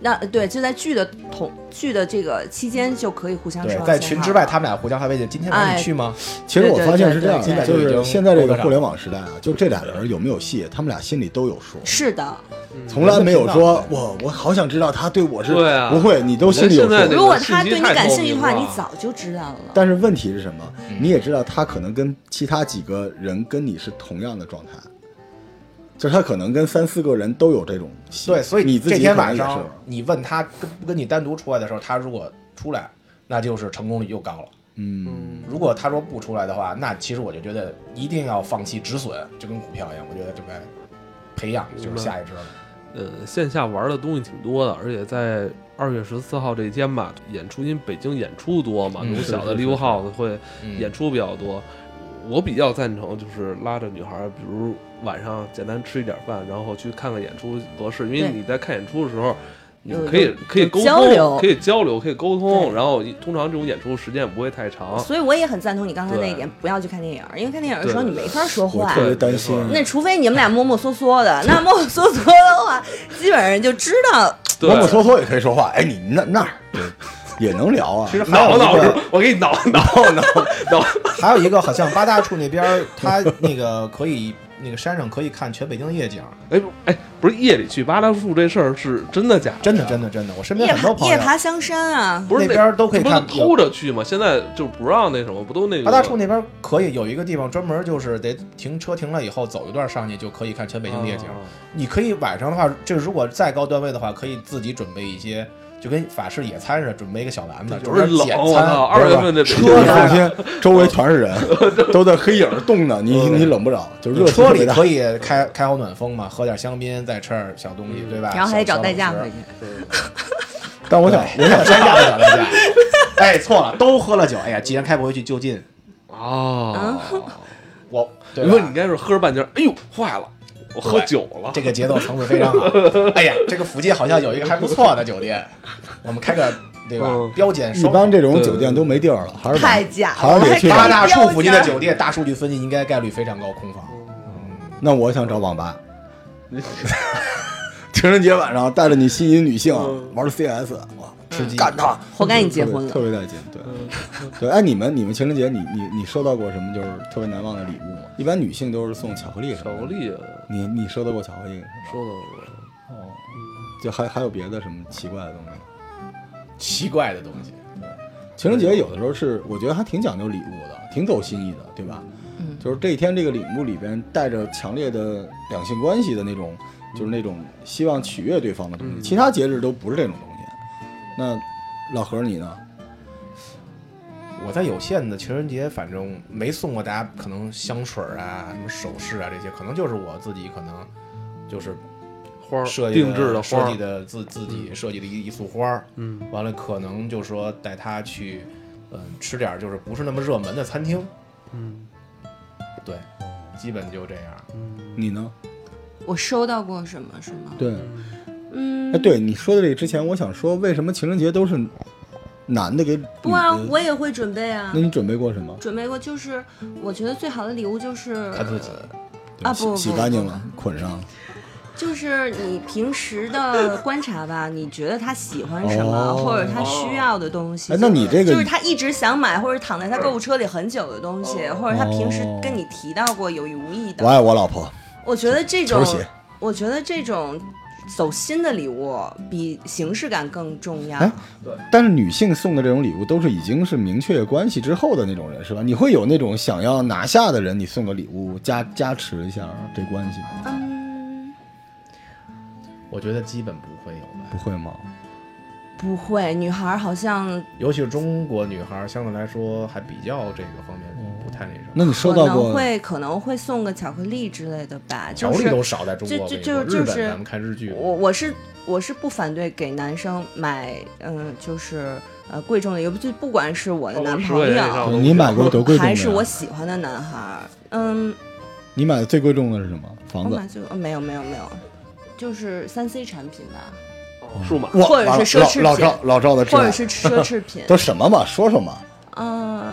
S1: 那呃对，就在聚的同聚的这个期间，就可以互相释
S5: 对
S1: 放信，号。
S5: 在群之外，他们俩互相还问今天晚上
S1: 哎
S5: 你去吗？
S2: 其实我
S1: 对对
S2: 发现
S1: 对
S2: 是这样
S1: 对对
S2: 的，就
S5: 对
S2: 是
S5: 对
S2: 现在这
S5: 对
S2: 个
S5: 对
S2: 互联网时代啊，就这俩人有没有戏，他们俩心里都有数，
S1: 是的，
S2: 从来没有
S5: 人都
S2: 说
S5: 知
S2: 我我好想知道他对我是
S3: 对啊
S2: 不会，你都心里有
S3: 人现在
S2: 数
S3: 这。
S1: 如果他
S3: 信息
S1: 对你
S3: 太
S1: 感
S3: 透
S1: 兴趣的
S3: 明
S1: 话，
S3: 了
S1: 你早就知道了。
S2: 但是问题是什么？你也知道，他可能跟其他几个人跟你是同样的状态，就是他可能跟三四个人都有这种戏。
S5: 对，所以
S2: 你自己
S5: 这天
S2: 可能
S5: 晚
S2: 也
S5: 上
S2: 是
S5: 你问他跟不跟你单独出来的时候，他如果出来，那就是成功率又高了。
S2: 嗯，
S5: 如果他说不出来的话，那其实我就觉
S2: 嗯
S5: 得一定要放弃止损，就跟股票一样，我觉得这该培养就是下一只了。
S3: 呃，线下玩的东西挺多的，而且在二月十四号这一天吧，演出因为北京演出多嘛，
S5: 嗯
S3: 这种
S5: 是
S3: 小的
S5: 是
S3: live
S5: 是
S3: house 会
S5: 嗯
S3: 演出比较多。我比较赞成就是拉着女孩儿，比如晚上简单吃一点饭，然后去看看演出合适，因为
S1: 对
S3: 你在看演出的时候。你
S1: 有
S3: 可以
S1: 有
S3: 可以
S1: 有
S3: 沟
S1: 交流
S3: 通，可以交流，可以沟通，
S1: 对
S3: 然后通常这种演出时间也不会太长。
S1: 所以我也很赞同你刚才那一
S3: 对
S1: 点，不要去看电影儿，因为看电影儿的时候
S3: 对
S1: 你
S3: 对
S1: 没法说
S2: 我
S1: 话
S2: 特。别
S3: 对
S2: 担
S3: 没
S2: 心
S3: 错。
S1: 那除非你们俩摸摸索索的，那摸摸索索的话，基本上就知道
S3: 对
S2: 摸摸索索也可以说话，哎，你那那儿也能聊啊。
S5: 其实
S2: 还有
S3: 挠
S2: 一
S3: 挠
S2: 个
S3: 是吧，我给你挠挠挠挠。
S5: 还有一个好像八大处那边儿，它那个可以那个山上可以看全北京的夜景，
S3: 哎不哎，不是夜里去八大树这事儿是真的假的？
S5: 真的真的真的，我身边
S1: 夜
S5: 很多
S1: 爬
S5: 朋友
S1: 夜爬香山啊，
S3: 不是
S5: 那边儿都可以
S3: 不是
S5: 看
S3: 偷着去吗？现在就不让那什么，不都那个
S5: 八大处那边可以有一个地方专门就是得停车停了以后走一段上去就可以看全北京的夜景。
S3: 啊
S5: 你可以晚上的话，这如果再高段位的话，可以自己准备一些，就跟法式野餐似的，准备一个小篮子，
S3: 有
S5: 是
S3: 点冷，啊
S5: 野
S3: 我
S5: 餐
S3: 操！。二月份这
S2: 你
S5: 车
S2: 放心，周围全是人， 都在黑影冻呢，你你冷不着，就是热气
S5: 车
S2: 特别
S5: 里
S2: 大
S5: 可以开开好暖风嘛，喝点香槟，再吃点小东西，
S3: 嗯
S5: 对
S2: 啊
S5: 吧？
S1: 然后还得找代驾
S5: 小小
S1: 回
S5: 零
S1: 去
S5: 食。。
S2: 但我想，
S5: 我想代驾，我想代驾。哎，错了，都喝了酒。哎呀，既然开不回去，就近
S3: 啊，
S5: 我。 对
S3: 你
S5: 吧
S3: 说你应该是喝着半截儿，哎呦坏了，我喝
S5: 对
S3: 酒了。
S5: 这个节奏层次非常好。哎呀，这个附近好像有一个还不错的酒店，我们开个对吧？
S3: 嗯
S5: 标间
S2: 一
S5: 双
S2: 般这种酒店都没地儿了，还是
S1: 太假了
S2: 还是得去
S1: 这
S2: 找
S1: 还开
S5: 八大处附近的
S1: 标间
S5: 酒店，大数据分析应该概率非常高，空房。
S2: 那我想找网吧。
S3: 你
S2: 情人节晚上带着你心仪女性玩 CS，哇，
S5: 吃鸡
S2: 干他！
S1: 活该你结婚
S2: 啊特
S1: 了。
S2: 别特别带劲。对，对，哎，你们你们情人节你你你收到过什么就是特别难忘的礼物吗？一般女性都是送巧克力什
S3: 巧
S2: 么的。
S3: 克力
S2: 你你收到过巧克力？
S3: 啊说的
S2: 哦，就还还有别的什么奇怪的东西吗？
S5: 奇怪的东西。
S2: 情人节有的时候是，我觉得还挺讲究礼物的，挺走心意的，对吧？嗯，就是这一天这个礼物里边带着强烈的两性关系的那种，就是那种希望取悦对方的东西。其他节日都不是这种东西。那老何你呢？
S5: 我在有限的情人节，反正没送过大家可能香水儿啊、什么首饰啊这些，可能就是我自己可能就是
S3: 花儿
S5: 设计
S3: 定制
S5: 的
S3: 的花
S5: 设
S3: 儿
S5: 计，的自自己设计的一一束花儿，
S3: 嗯，
S5: 完了可能就说带他去，嗯、吃点儿就是不是那么热门的餐厅，
S3: 嗯，
S5: 对，基本就这样。
S2: 你呢？
S1: 我收到过什么是吗？
S2: 对，
S1: 嗯
S2: 哎，，对你说的这个之前，我想说，为什么情人节都是男的给女的？
S1: 不啊，我也会准备啊
S2: 那。你准备过什么？
S1: 准备过就是，我觉得最好的礼物就是
S5: 他自己
S1: 啊
S2: 洗
S1: 不
S2: 洗
S1: 不
S2: 干净
S1: 不
S2: 了，捆上了。
S1: 就是你平时的观察吧，你觉得他喜欢什么，
S2: 哦
S1: 或者他需要的东西。
S2: 哎那你这个
S1: 就是他一直想买，或者躺在他购物车里很久的东西，或者他平时
S2: 哦
S1: 跟你提到过有意无意
S2: 我
S1: 的。
S2: 爱我老婆，
S1: 我觉得这
S2: 球
S1: 种
S2: 鞋，
S1: 我觉得这种走心的礼物比形式感更重要。
S2: 哎但是女性送的这种礼物都是已经是明确关系之后的那种人，是吧？你会有那种想要拿下的人，你送个礼物加加持一下这关系吗，
S1: 嗯，
S5: 我觉得基本不会有
S2: 不
S5: 吧，
S2: 会吗？
S1: 不会，女孩儿好像
S5: 尤其是中国女孩儿相对来说还比较这个方面不太那什么，
S2: 那你收
S1: 可
S2: 到
S1: 能
S2: 过？
S1: 会可能会送个巧克力之类的吧，
S5: 条
S1: 就
S5: 例都
S1: 是
S5: 少在中国，
S1: 就
S5: 我跟你
S1: 就
S5: 说
S1: 就就
S5: 日
S1: 是
S5: 本咱们看日剧，
S1: 我我是我是不反对给男生买，嗯、就是呃贵重的，也不就不管是哦我的男朋
S3: 10块钱以
S1: 友
S3: 上，
S2: 对你哦买过多贵重的
S1: 还
S2: 呀？
S1: 是我喜欢的男孩儿，嗯，
S2: 你买的最贵重的是什么？
S1: 我
S2: 房子
S1: 买？就、呃没有没有没有，就是三 C 产品吧，
S3: 数码
S2: 哇
S1: 或者是
S2: 老
S1: 奢侈品
S2: 老赵老赵的挚
S1: 或者
S2: 爱，
S1: 是奢侈品
S2: 都什么嘛？说说嘛。
S1: 嗯、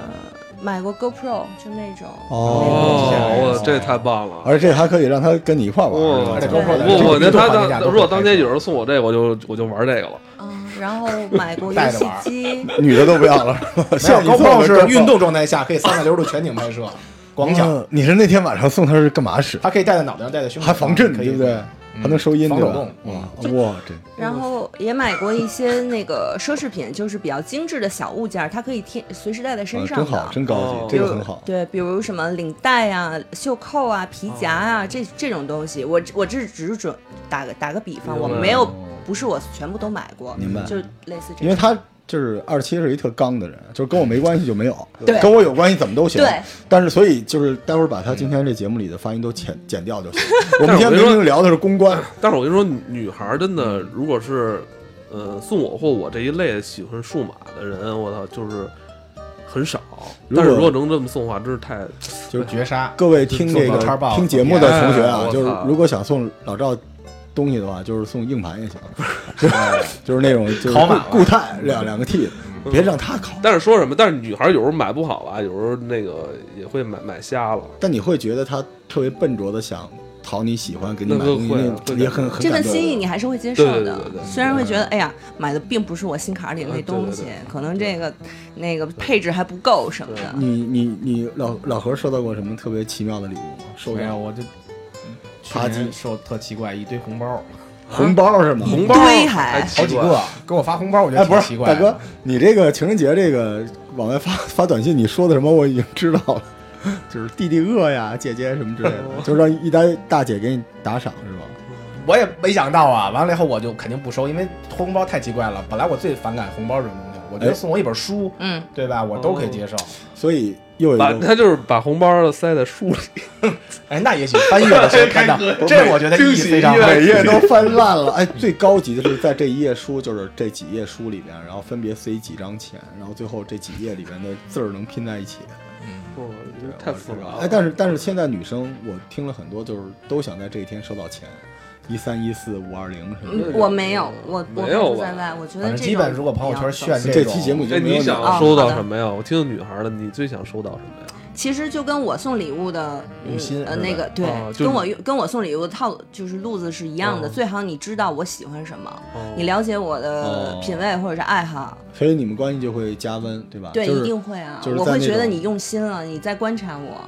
S1: 买过 GoPro 就那种，
S5: 哦
S3: 哦，我这太棒了。
S2: 而且还可以让他跟你一块儿玩儿，是吧
S3: 哇
S5: 而且
S1: 高
S5: 哎高
S1: 炮
S3: 不
S1: 弹
S5: 这
S3: 不，我
S5: 个
S3: 那
S5: 运动
S3: 他
S5: 环境下
S3: 当
S5: 都
S3: 如果
S5: 可以
S3: 当
S5: 开
S3: 天
S5: 车
S3: 有人送我这个，我就我就玩这个了。
S1: 嗯、然后买 过游
S5: 带着
S1: 戏
S5: 玩儿
S1: 机，
S2: 女的都不要了，是吧？
S5: 没有
S2: 像你
S5: 高炮
S2: 做的
S5: 是 运动状态下可以三百六十度全景拍摄，广角，
S2: 嗯你是那天晚上送他是干嘛使？
S5: 它可以戴在脑袋上，戴在胸口
S2: 还
S5: 上，
S2: 防震，
S5: 嗯可以
S2: 对不对？
S5: 嗯
S2: 还能收音，
S5: 防
S2: 对
S5: 抖
S2: 吧？
S5: 动，
S2: 哇
S5: 嗯，
S2: 哇，这
S1: 然后也买过一些那个奢侈品，就是比较精致的小物件儿，它可以贴随时带在身
S2: 啊
S1: 上
S2: 真
S1: 的。
S2: 好，真高
S3: 哦
S1: 比
S2: 级，这个
S1: 如
S2: 很好。
S1: 对，比如什么领带啊、袖扣啊、皮夹啊，这这种东西，我我这只是准打个打个比方，
S3: 明
S1: 我
S3: 白
S1: 没有不是我全部都买过，
S2: 啊明白
S1: 就类似这
S2: 因
S1: 种。
S2: 为他就是二七是一特刚的人，就是跟我没关系就没有，
S1: 对
S2: 跟我有关系怎么都行。
S1: 对，
S2: 但是所以就是待会儿把他今天这节目里的发音都剪剪掉 就行。我们
S3: 但是
S2: 今天
S3: 我跟你
S2: 明
S3: 说
S2: 明聊的是公关，
S3: 但是我跟你说，女孩儿真的，如果是，呃，送我或我这一类喜欢数码的人，我操，就是很少。
S2: 如果
S3: 但是如果能这么送的话，真是太
S5: 就是绝杀。
S2: 各位听这
S5: 送到叉
S2: 个
S5: 儿吧
S2: 听节目的同学
S3: 哎
S2: 啊
S3: 我，操
S2: 就是如果想送老赵东西的话，就是送硬盘也行，
S3: 哎
S2: 就是那种就是
S5: 考满了
S2: 固固态两两个 T，的别
S3: 嗯
S2: 让他考。
S3: 但是说什么？但是女孩有时候买不好吧，有时候那个也会买买瞎了。
S2: 但你会觉得他特别笨拙的想讨你喜欢，给你
S3: 那
S2: 买
S3: 会
S2: 东西，
S3: 会啊
S2: 那
S3: 会
S2: 也
S3: 感
S2: 很
S3: 觉
S2: 很
S1: 这份
S2: 感动
S1: 心意你还是会接受的，
S3: 对对对对对
S1: 虽然会觉得哎呀，买的并不是我心坎里的那东西，
S3: 嗯对对对
S1: 可能这个那个配置还不够什么的。
S2: 你你你老老何收到过什么特别奇妙的礼物吗？收
S5: 没有，
S2: 到
S5: 我就去
S2: 垃圾
S5: 年受特奇怪，一堆红包，
S2: 红包是吗？
S3: 红包
S1: 堆还
S3: 奇
S5: 好几
S3: 怪
S5: 个给我发红包，我觉
S2: 哎，
S5: 得
S2: 不
S5: 挺
S2: 是
S5: 奇怪
S2: 大
S5: 的。
S2: 哥，你这个情人节这个往外发发短信，你说的什么我已经知道了， 就是弟弟饿呀，姐姐什么之类 的，就是让一大大姐给你打赏是吧？
S5: 我也没想到啊。完了以后我就肯定不收，因为红包太奇怪了。本来我最反感红包这种东西，我觉得
S2: 哎哦
S5: 送我一本书，
S1: 嗯，
S5: 对吧？我都可以接受。
S2: 所以又有一
S3: 把
S2: 个
S3: 他就是把红包塞在书里，
S5: 哎，那也许翻阅的 时候看到，这我觉得意义非常好。
S2: 每页都翻烂了，哎，最高级的是在这一页书，就是这几页书里边，然后分别塞几张钱，然后最后这几页里边的字儿能拼在一起。
S3: 哦太复杂了。
S2: 哎，但是但是现在女生，我听了很多，就是都想在这一天收到钱，一三一四五二零什么的。
S1: 嗯我没有，我我
S3: 没有
S1: 不在外，
S3: 吧
S1: 我觉得
S5: 反正
S1: 这
S5: 基
S1: 种
S5: 本如果朋友
S1: 比较
S5: 圈
S1: 少
S5: 炫
S2: 这
S5: 种
S2: 期节目已
S3: 哎，
S2: 经没
S3: 你
S2: 有
S3: 想
S2: 了。
S1: 哦
S3: 收
S1: 好
S3: 到
S1: 的
S3: 什么呀？我听女孩的，你最想收到什么呀？
S1: 其实就跟我送礼物的
S5: 用心
S1: 呃
S5: 是吧
S1: 那个对，
S3: 哦就是
S1: 跟我用跟我送礼物的套就是路子是一样的。
S3: 哦
S1: 最好你知道我喜欢什么，
S3: 哦
S1: 你了解我的
S2: 哦
S1: 品味或者是爱好，
S2: 所以你们关系就会加温，对吧？
S1: 对，一
S2: 就是
S1: 定会啊。
S2: 就是
S1: 我
S2: 在
S1: 会
S2: 那
S1: 觉得
S2: 种
S1: 你用心了，你在观察我。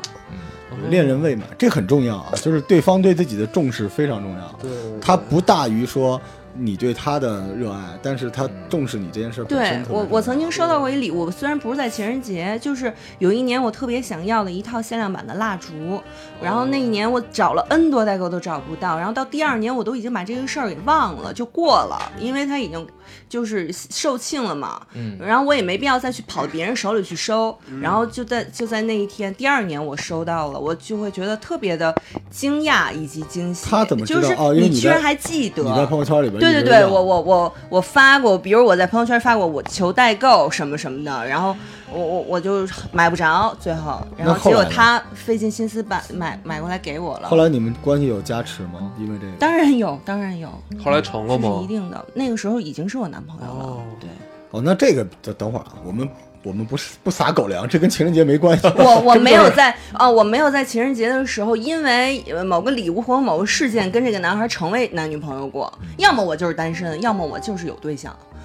S2: 恋人未满，这很重要啊，就是对方对自己的重视非常重要，
S3: 对对对
S2: 他不大于说你对他的热爱，但是
S3: 嗯
S2: 他重视你这件事本
S1: 对
S2: 身特别重
S1: 我
S2: 要。，
S1: 我曾经收到过一礼物，虽然不是在情人节，就是有一年我特别想要的一套限量版的蜡烛，然后
S2: 哦
S1: 那一年我找了 N 多代购都找不到，然后到第二年我都已经把这个事儿给忘了，就过了，因为它已经就是售罄了嘛，
S5: 嗯
S1: 然后我也没必要再去跑到别人手里去收，
S2: 嗯
S1: 然后就在就在那一天，第二年我收到了，我就会觉得特别的惊讶以及惊喜，
S2: 他怎么知
S1: 就是
S2: 道哦因为你
S1: 居
S2: 在
S1: 然还记得
S2: 你在朋友圈里边一
S1: 对对
S2: 直
S1: 对，
S2: 要
S1: 我我我我发过，比如我在朋友圈发过我求代购什么什么的，然后我我我就买不着，最后，然
S2: 那
S1: 后
S2: 后
S1: 结果
S2: 来呢
S1: 他费尽心思把买买过来给我了
S2: 后。来你们关系有加持吗？因为这个，
S1: 当然有，当然有，
S3: 后来成了
S1: 这是
S3: 吗
S1: 一？定的。那个时候已经是我男朋友了，
S3: 哦
S1: 对。
S2: 哦，那这个等等会儿啊，我们我们不是不撒狗粮，这跟情人节没关系。
S1: 我我
S2: 这不
S1: 没有
S2: 是
S1: 在哦，我没有在情人节的时候，因为呃某个礼物或者某个事件跟这个男孩成为男女朋友过。要么我就是单身，要么我就是有对象，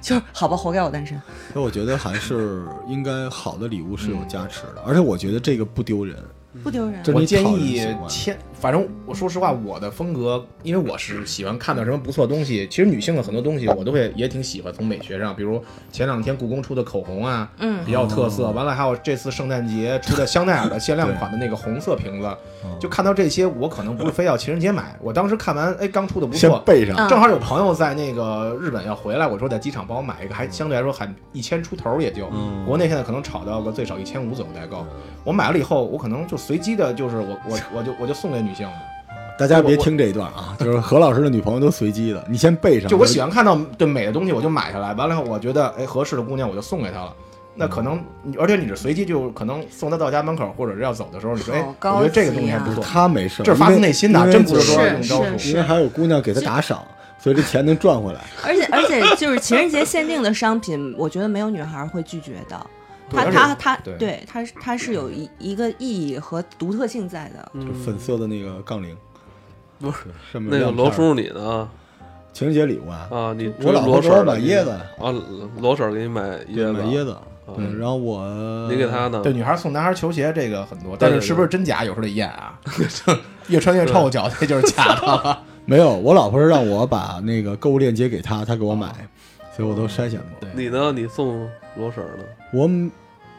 S1: 就是好吧，活该我单身。
S2: 所以我觉得还是应该好的礼物是有加持的，而且我觉得这个不丢人。
S1: 不丢人。
S2: 这
S5: 我
S2: 你
S5: 建
S2: 讨人
S5: 议
S2: 喜欢
S5: 千，反正我说实话，我的风格，因为我是喜欢看到什么不错的东西。其实女性的很多东西，我都会也挺喜欢。从美学上，比如前两天故宫出的口红啊，
S1: 嗯
S5: 比较有特
S2: 哦
S5: 色。完了，还有这次圣诞节出的香奈儿的限量款的那个红色瓶
S2: 哦
S5: 子，就看到这些，我可能不是非要情人节买。我当时看完，哎，刚出的不
S2: 先
S5: 错，
S2: 备上，
S1: 嗯
S5: 正好有朋友在那个日本要回来，我说在机场帮我买一个，还相对来说还一千出头，也就、
S2: 嗯
S5: 国内现在可能炒到个最少一千五左右代购。我买了以后，我可能就随机的，就是我我我就我就送给女性了，
S2: 大家别听这一段啊，就是何老师的女朋友都随机的，你先备上。
S5: 就我喜欢看到对美的东西，我就买下来。完了以后，我觉得哎合适的姑娘我就送给她了。那可能，而且你是随机，就可能送她到家门口，或者是要走的时候，你说哎
S1: 好，
S5: 我
S1: 高
S5: 觉得这个
S1: 级
S5: 东西还
S1: 啊
S5: 不错，
S2: 他没事儿，
S5: 这是发自
S2: 因为
S5: 内心的
S2: 因为
S5: 真不
S2: 就是
S5: 说
S1: 是
S5: 用招数。
S1: 是
S2: 因为还有姑娘给他打赏，所以这钱能赚回来。
S1: 而且而且就是情人节限定的商品，我觉得没有女孩会拒绝的。
S5: 对
S1: 它
S5: 而且
S1: 它它
S5: 对
S1: 对它是它是有一一个意义和独特性在的。
S2: 就粉色的那个杠铃，
S3: 不
S2: 是上面
S3: 嗯那个
S2: 亮
S3: 罗
S2: 片儿
S3: 叔你呢？
S2: 情人节礼物啊，
S3: 啊，你
S2: 我老婆
S3: 罗
S2: 给
S3: 婶
S2: 我
S3: 儿
S2: 买椰子，
S3: 啊，罗婶儿给你买椰
S2: 对
S3: 子，
S2: 买椰子，对
S3: 嗯
S2: 然后我
S3: 你给她呢？
S5: 对，女孩送男孩球鞋这个很多，但
S3: 对
S5: 是
S3: 对
S5: 是不是真假有时候得验啊，越穿越臭脚那就是假的了。
S2: 没有，我老婆让我把那个购物链接给她，她给我买，所以我都筛选过。
S3: 你呢？你送罗婶儿呢？
S2: 我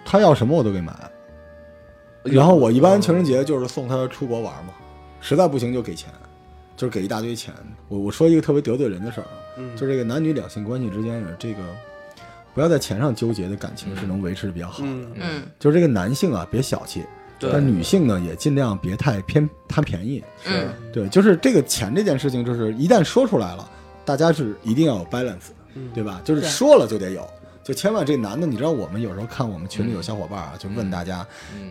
S2: 她要什么我都给买，
S3: 哎
S2: 然后我一般情人节就是送她出国玩嘛，实在不行就给钱，就是给一大堆钱。我我说一个特别得罪人的事儿啊，
S3: 嗯
S2: 就是这个男女两性关系之间的这个不要在钱上纠结的感情是能维持的比较好的。
S3: 嗯，
S1: 嗯
S2: 就是这个男性啊，别小气，
S3: 对
S2: 但女性呢也尽量别太偏贪便宜。
S1: 嗯，
S2: 对，就是这个钱这件事情，就是一旦说出来了，大家是一定要有 balance，对
S3: 嗯
S2: 吧？就是
S1: 对
S2: 说了就得有，就千万这男的，你知道我们有时候看我们群
S3: 嗯
S2: 里有小伙伴啊，就问大家，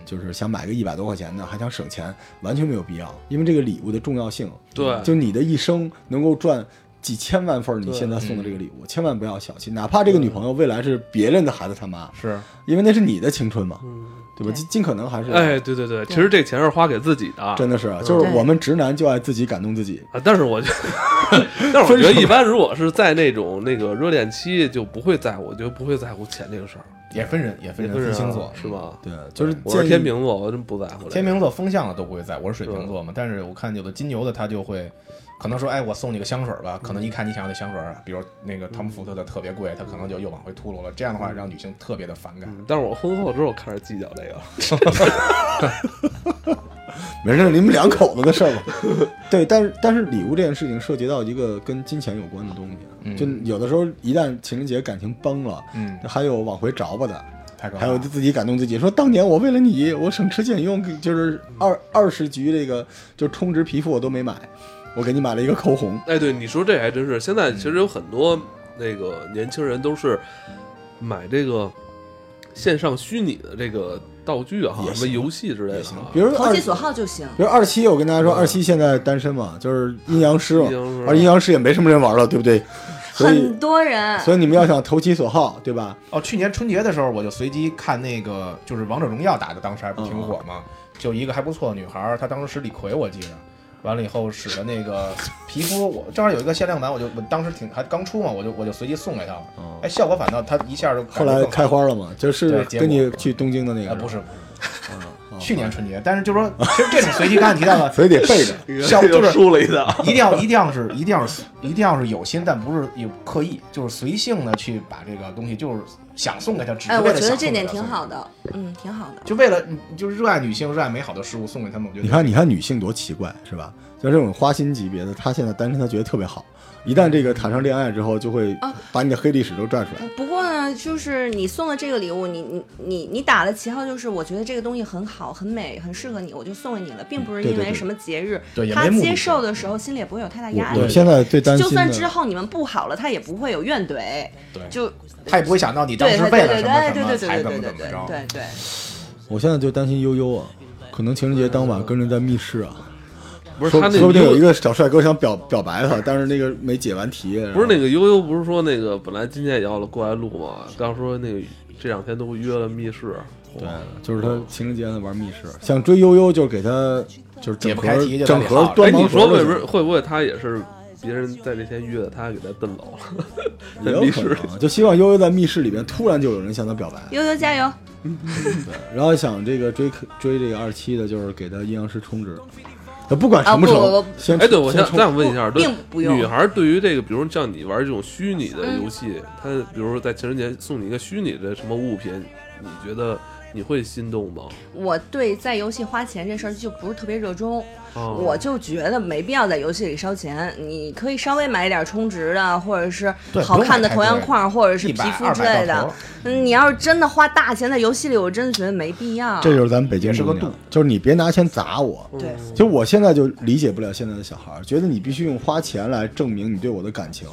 S2: 就是想买个一百多块钱的，还想省钱，完全没有必要，因为这个礼物的重要性，
S3: 对
S2: 就你的一生能够赚。几千万份儿你
S3: 对嗯
S2: 现在送的这个礼物，千万不要小气，哪怕这个女朋友未来是别人的孩子他妈，
S5: 是
S2: 因为那是你的青春嘛，对
S1: 对
S2: 吧？尽尽可能还是，
S3: 嗯哎，对对对，其实这钱是花给自己的啊，
S2: 嗯真的是，就是
S1: 对
S2: 我们直男就爱自己感动自己，
S3: 啊，但 是我觉得，但是我觉得一般，如果是在那种那个热恋期，就不会在乎，我就不会在乎钱这个事儿。
S5: 也分人，也分人，
S3: 不是
S5: 分
S3: 啊
S5: 星座。
S3: 是吧？
S2: 对，就是
S3: 我是
S2: 嗯建议
S3: 天秤座，我真不在乎这个。
S5: 天秤座风向了都不会在，我是水瓶座嘛，但是我看有的金牛的他就会，可能说，哎，我送你个香水吧，可能一看你想要的香水啊，比如那个汤姆福特的特别贵，他可能就又往回秃噜了，这样的话让女性特别的反感。
S3: 嗯但是我婚后之后开始计较这个了。
S2: 没事，你们两口子的事儿 嘛。对，但是但是礼物这件事情涉及到一个跟金钱有关的东西，啊
S3: 嗯
S2: 就有的时候一旦情人节感情崩了，
S5: 嗯
S2: 还有往回找吧的，
S3: 嗯
S5: 太可怕
S2: 还有
S5: 了。
S2: 自己感动自己，说当年我为了你，我省吃俭用， 就是二二十局这个就是充值皮肤我都没买，我给你买了一个口红，
S3: 哎，对，你说这还真是。现
S2: 嗯
S3: 在其实有很多那个年轻人都是买这个线上虚拟的这个道具啊，
S2: 也行
S3: 什么游戏之类的啊。
S2: 比如说
S1: 投
S2: 二
S1: 其所好就行。
S2: 比如二七，我跟大家说，二七现在单身嘛，就是阴阳师嘛
S3: 嗯阴阳师，
S2: 而阴阳师也没什么人玩了，对不对？所以
S1: 很多人，
S2: 所以你们要想投其所好，对吧？
S5: 哦，去年春节的时候，我就随机看那个就是王者荣耀打的，当时还不挺火嘛，就一个还不错的女孩儿，她当时使李逵，我记着。完了以后使的那个皮肤，我正好有一个限量版，我就我当时挺还刚出嘛，我就我就随机送给她了。哎，效果反倒她一下就
S2: 后
S5: 感觉
S2: 来
S5: 更好
S2: 开花了嘛，就是
S5: 对结果
S2: 跟你去东京的那个，
S5: 啊，不是，不是，去年春节，但是就说，其实这种随机刚才提到的，
S2: 所以得背着。
S5: 效
S3: 这
S5: 就
S3: 就是输了一道。
S5: 一定要一定要是一定要是一定要是有心，但不是有刻意，就是随性的去把这个东西就是想送给他，只是
S1: 哎，
S5: 为
S1: 我
S5: 了
S1: 觉得
S5: 想
S1: 这
S5: 送给
S1: 点
S5: 他
S1: 挺
S5: 送
S1: 好，的，嗯，挺好的。
S5: 就为了你就是热爱女性、热爱美好的事物送给他们，我觉得
S2: 你看，你看女性多奇怪，是吧？像这种花心级别的，她现在单身，她觉得特别好。一旦这个谈上恋爱之后，就会
S1: 啊
S2: 把你的黑历史都拽出来。
S1: 不过呢，就是你送的这个礼物，你你你你打的旗号就是，我觉得这个东西很好、很美、很适合你，我就送给你了，并不是
S2: 对
S1: 因
S2: 对
S1: 为
S2: 对
S1: 什么节日。
S5: 对也
S1: 他
S5: 没目的
S1: 接受的时候，心里也不会有太大压
S2: 我
S1: 力
S2: 我。现在最担
S1: 哎就
S2: 心
S1: 算之
S2: 的，
S1: 后你们不好了，他也不会有怨怼。
S5: 对
S1: 就
S5: 他也不会想到你当
S1: 对
S5: 时
S1: 对
S5: 为
S1: 对
S5: 了
S1: 对
S5: 什
S1: 对对
S5: 么什
S1: 哎
S5: 么
S1: 对对
S5: 才怎么
S1: 对
S5: 怎
S1: 对
S5: 么着，
S1: 对对。
S2: 我现在就担心悠悠啊，可能情人节当晚跟人在密室啊，
S3: 不是
S2: 说
S3: 他那
S2: 说不定有一
S3: 个。
S2: 个小帅哥想表表白他，但是那个没解完题。
S3: 不是
S2: 然后
S3: 那个悠悠，不是说那个本来今天也要过来录嘛，刚说那个这两天都约了密室，啊
S2: 对，就是他情人节在玩密室，想追悠悠，就是给他就是整
S5: 解不开题
S2: 盒
S5: 就
S2: 整
S5: 得好
S2: 盒
S5: 着
S3: 哎，
S2: 端
S3: 你
S2: 盲
S3: 说
S2: 盒
S3: 会
S2: 就
S3: 不
S2: 行
S3: 会会不会他也是别人在那天约的，他给他蹬走了，
S2: 也
S3: 在
S2: 有
S3: 密
S2: 可
S3: 室里
S2: 能，就希望悠悠在密室里边突然就有人向他表白。
S1: 悠悠加油！
S2: 然后想这个追追这个二期的，就是给他阴阳师充值，他不管什么
S1: 啊
S2: 时
S1: 不不
S2: 候
S1: 不，
S2: 先
S3: 哎，对，我
S2: 先
S3: 想
S2: 充
S3: 再想问一下，
S1: 不
S3: 对
S1: 并不用
S3: 女孩对于这个，比如像你玩这种虚拟的游戏，她比如说在情人节送你一个虚拟的什么物品，你觉得你会心动吗？
S1: 我对在游戏花钱这事儿就不是特别热衷，
S3: 啊，
S1: 我就觉得没必要在游戏里烧钱。你可以稍微买一点充值的，或者是
S5: 对
S1: 好看的
S5: 不
S1: 头
S5: 用买太
S1: 像
S5: 贵
S1: 框，或者是
S5: 一
S1: 皮
S5: 百
S1: 肤
S5: 二
S1: 之
S5: 百
S1: 类
S5: 到
S1: 的
S5: 头。。
S1: 嗯，你要是真的花大钱在游戏里，我真的觉得没必要。
S2: 这就是咱们北京
S5: 也是个
S2: 姑娘
S5: 度，
S2: 就是你别拿钱砸我。
S1: 对，
S2: 就我现在就理解不了现在的小孩儿，觉得你必须用花钱来证明你对我的感情。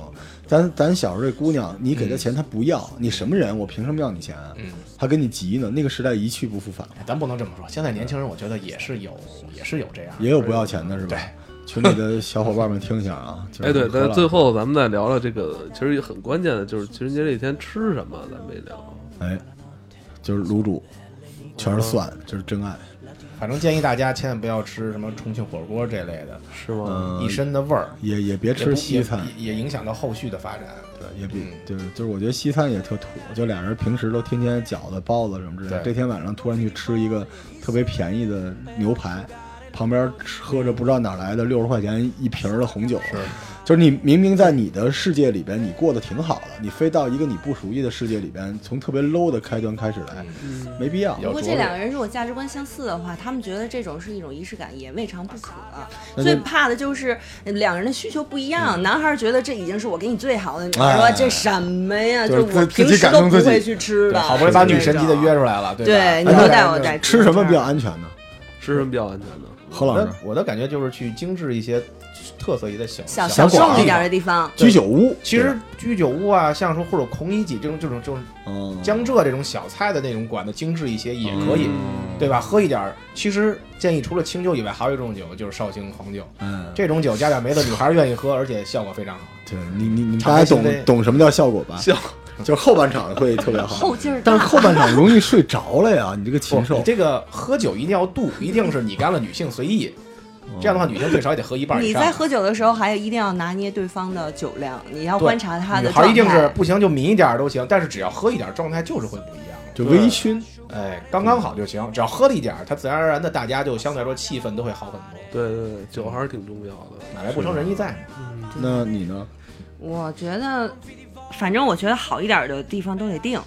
S2: 咱咱小时候这姑娘，你
S3: 嗯
S2: 给她钱她不要，你什么人？我凭什么要你钱？还跟你急呢？那个时代一去不复返了，
S5: 哎咱不能这么说，现在年轻人我觉得也是有，也是有这样，
S2: 也有不要钱的是吧？群里的小伙伴们听一下啊。就是
S3: 哎，对，
S2: 何
S3: 但
S2: 老
S3: 最后咱们再聊聊这个，其实也很关键的，就是情人节这天吃什么，咱没聊。
S2: 哎，就是卤煮，全是蒜，这是真爱。
S5: 反正建议大家千万不要吃什么重庆火锅这类的，
S3: 是吗？
S2: 嗯，
S5: 一身的味儿。
S2: 也也别
S5: 也
S2: 吃
S5: 不
S2: 西餐，
S5: 也也嗯也影响到后续的发展。
S2: 对，也比就是就是我觉得西餐也特土，就俩人平时都天天饺子、包子什么之类的，
S5: 对
S2: 这天晚上突然去吃一个特别便宜的牛排，旁边吃喝着不知道哪来的六十块钱一瓶儿的红酒，就是你明明在你的世界里边你过得挺好的，你非到一个你不熟悉的世界里边，从特别 low 的开端开始来，没必要。
S5: 嗯有
S1: 不过
S5: 着
S1: 这
S5: 陆
S1: 两个人如果价值观相似的话，他们觉得这种是一种仪式感，也未尝不可。
S2: 那就
S1: 最怕的就是两人的需求不一样，男孩觉得这已经是我给你最好的，女孩
S2: 哎
S1: 说这什么呀，
S2: 就是
S1: 我
S2: 自自己
S1: 平时
S2: 感
S1: 都
S2: 动
S1: 不
S2: 自己
S1: 会去吃的，
S5: 好不容易把女神级的
S1: 那
S5: 约
S1: 种
S5: 出来了，对
S1: 对
S5: 吧？
S1: 你
S5: 哎
S1: 都带我
S5: 那
S1: 带
S2: 吃什么比较安全呢？
S3: 吃什么比较安全呢？
S2: 何老
S5: 我
S2: 师
S5: 的，我的感觉就是去精致一些特色一些小
S1: 小
S2: 小
S1: 小
S2: 馆儿
S1: 众一点的地方，
S2: 居酒屋
S5: 其实居酒屋啊，像说或者孔乙己这种这种这种
S2: 嗯，
S5: 江浙这种小菜的那种馆子精致一些也可以，
S3: 嗯
S5: 对吧？喝一点儿，其实建议除了清酒以外，还有一种酒就是绍兴黄酒，
S2: 嗯，
S5: 这种酒加点梅子，女孩愿意喝，而且效果 非常好。
S2: 对你你你
S5: 敞
S2: 大
S5: 开
S2: 家
S5: 心
S2: 懂
S5: 扉
S2: 懂什么叫效果吧？
S3: 效
S2: 就是后半场会特别好，
S1: 后劲儿大。哦
S2: 但是后半场容易睡着了呀，你这个禽
S5: 不
S2: 兽
S5: 你。这个喝酒一定要度，一定是你干了女性随意，
S2: 哦
S5: 这样的话女性最少也得喝一半以
S1: 你
S5: 上。
S1: 在喝酒的时候，还有一定要拿捏对方的酒量，你要
S5: 对
S1: 观察他
S5: 女
S1: 的
S5: 孩
S1: 状态。
S5: 一定是不行就抿一点儿都行，但是只要喝一点儿，状态就是会不一样。
S2: 就微醺，
S5: 哎，刚刚好就行，只要喝了一点儿，它自然而然的大家就相对来说气氛都会好很多。
S3: 对对对，酒还是挺重要的。嗯
S5: 哪来不成仁义在嘛？
S2: 那你呢？
S1: 我觉得，反正我觉得好一点的地方都得定，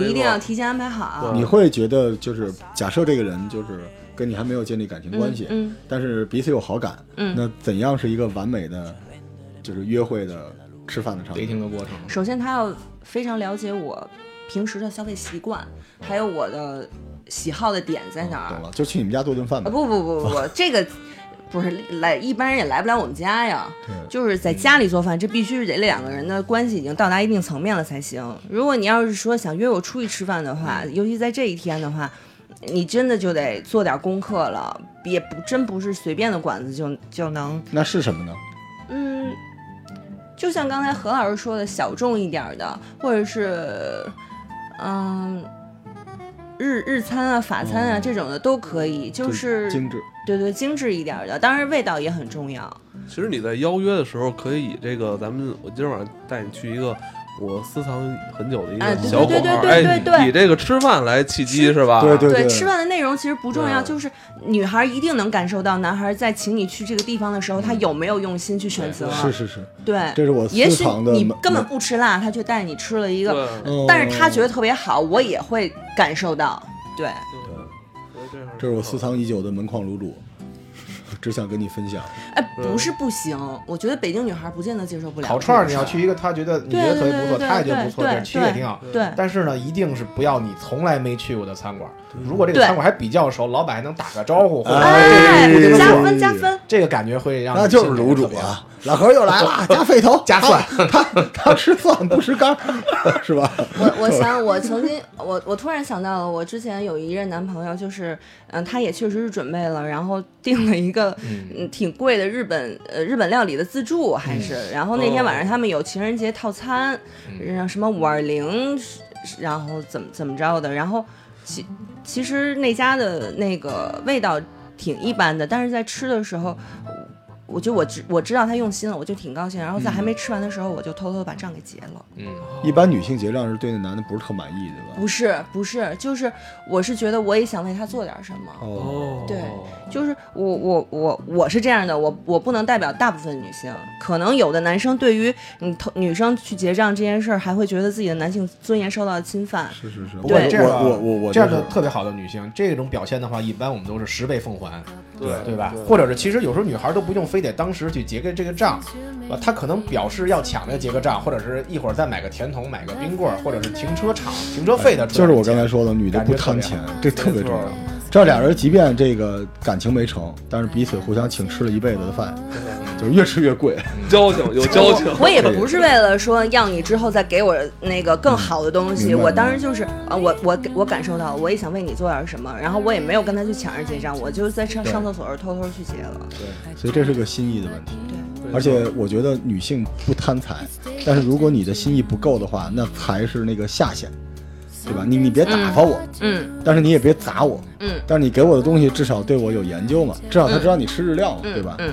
S1: 你
S3: 错
S1: 一定要提前安排好。
S3: 对
S2: 你会觉得就是假设这个人就是跟你还没有建立感情关系，
S1: 嗯
S2: 但是彼此有好感，
S1: 嗯
S2: 那怎样是一个完美的，就是约会的吃饭的场景？
S5: dating 的过程。
S2: 嗯
S1: 首先他要非常了解我平时的消费习惯，还有我的喜好的点在哪儿。
S2: 嗯哦懂了，就去你们家做顿饭
S1: 啊
S2: 吧。
S1: 不不不不 不，这个不是来一般人也来不了我们家呀。就是在家里做饭，这必须是得两个人的关系已经到达一定层面了才行。
S2: 嗯
S1: 如果你要是说想约我出去吃饭的话，尤其在这一天的话。你真的就得做点功课了，也不真不是随便的馆子就就能，
S2: 那是什么呢？
S1: 嗯，就像刚才何老师说的，小众一点儿的，或者是，嗯，日日餐啊、法餐啊、这种的都可以，就是
S2: 哦精致，
S1: 对对，精致一点儿的，当然味道也很重要。
S3: 其实你在邀约的时候，可以以这个，咱们我今儿晚上带你去一个我私藏很久的一
S1: 哎
S3: 个
S1: 对
S3: 小馆
S1: 对
S3: 儿，
S1: 对对对
S3: 哎，
S1: 对
S3: 以这个吃饭来契机
S1: 吃
S3: 是吧？
S2: 对对
S1: 吃饭的内容其实不重要，
S3: 对
S1: 就是女孩一定能感受到男孩在请你去这个地方的时候，他有没有用心去选择。
S2: 嗯是是是，
S1: 对，
S2: 这是我私
S1: 也许
S2: 藏的
S1: 你
S2: 门
S1: 根本不吃辣，他却带你吃了一
S3: 对，
S1: 个，
S3: 对，
S2: 嗯
S1: 但是他觉得特别好，我也会感受到。对，
S2: 这是我私藏已久的门框卤煮，只想跟你分享。
S1: 哎，不是不行，我觉得北京女孩不见得接受不了。
S5: 嗯烤串儿你要去一个他觉得你觉得特别不
S1: 对对对
S5: 错，
S1: 对
S5: 他也觉得不错，
S1: 对
S5: 这
S1: 对
S5: 样去也挺好。
S1: 对，
S5: 但是呢，一定是不要你从来没去过的餐馆。如果这个餐馆还比较熟，老板还能打个招呼，或者
S2: 哎
S5: 说这是固定的
S1: 加
S5: 座儿，
S1: 分加分。
S5: 这个感觉会让
S2: 那
S5: 你
S2: 就是
S5: 心里
S2: 卤煮
S5: 特别好。
S2: 啊！老何又来了，加肺头，
S5: 加蒜
S2: 他，他他吃蒜不吃肝儿，是吧？
S1: 我我想，我曾经，我我突然想到了，我之前有一任男朋友，就是，嗯、他也确实是准备了，然后订了一个嗯挺贵的日本呃日本料理的自助，还是，然后那天晚上他们有情人节套餐，然后什么五二零，然后怎么怎么着的，然后其其实那家的那个味道挺一般的，但是在吃的时候。我就我知我知道他用心了，我就挺高兴。然后在还没吃完的时候，我就偷偷地把账给结了。
S5: 嗯
S2: 一般女性结账是对那男的不是特满意，对吧？
S1: 不是不是，就是我是觉得我也想为他做点什么，
S2: 哦，
S3: 哦，
S1: 对就是我我我我是这样的，我我不能代表大部分女性，可能有的男生对于你偷女生去结账这件事儿，还会觉得自己的男性尊严受到了侵犯。
S2: 是是是，
S5: 不过
S1: 对
S5: 这样的
S2: 我我我我
S5: 这样的
S2: 就是
S5: 特别好的女性，这种表现的话，一般我们都是十倍奉还，
S3: 对
S5: 对吧？或者是其实有时候女孩都不用非得当时去结个这个账，啊，她可能表示要抢着结个账，或者是一会儿再买个甜筒、买个冰棍儿，或者是停车场停车费的出来
S2: 哎就是我刚才
S5: 钱
S2: 说的，女的不贪钱
S5: 感，
S2: 这特别
S5: 没
S2: 重
S5: 错
S2: 要。这俩人即便这个感情没成，但是彼此互相请吃了一辈子的饭，就是越吃越贵。
S3: 交情有交情
S1: 我，我也不是为了说要你之后再给我那个更好的东西，
S2: 明白
S1: 我当时就是啊，我我我感受到了，我也想为你做点什么，然后我也没有跟他去抢着结账，我就是在上上厕所的时候偷偷去结了。
S2: 所以这是个心意的问题。
S3: 对
S2: 而且我觉得女性不贪财，但是如果你的心意不够的话，那才是那个下限，对吧？你你别打发我，
S1: 嗯，
S2: 但是你也别砸我，
S1: 嗯，
S2: 但是你给我的东西至少对我有研究嘛，至少他知道你吃日料嘛，对吧？
S1: 嗯，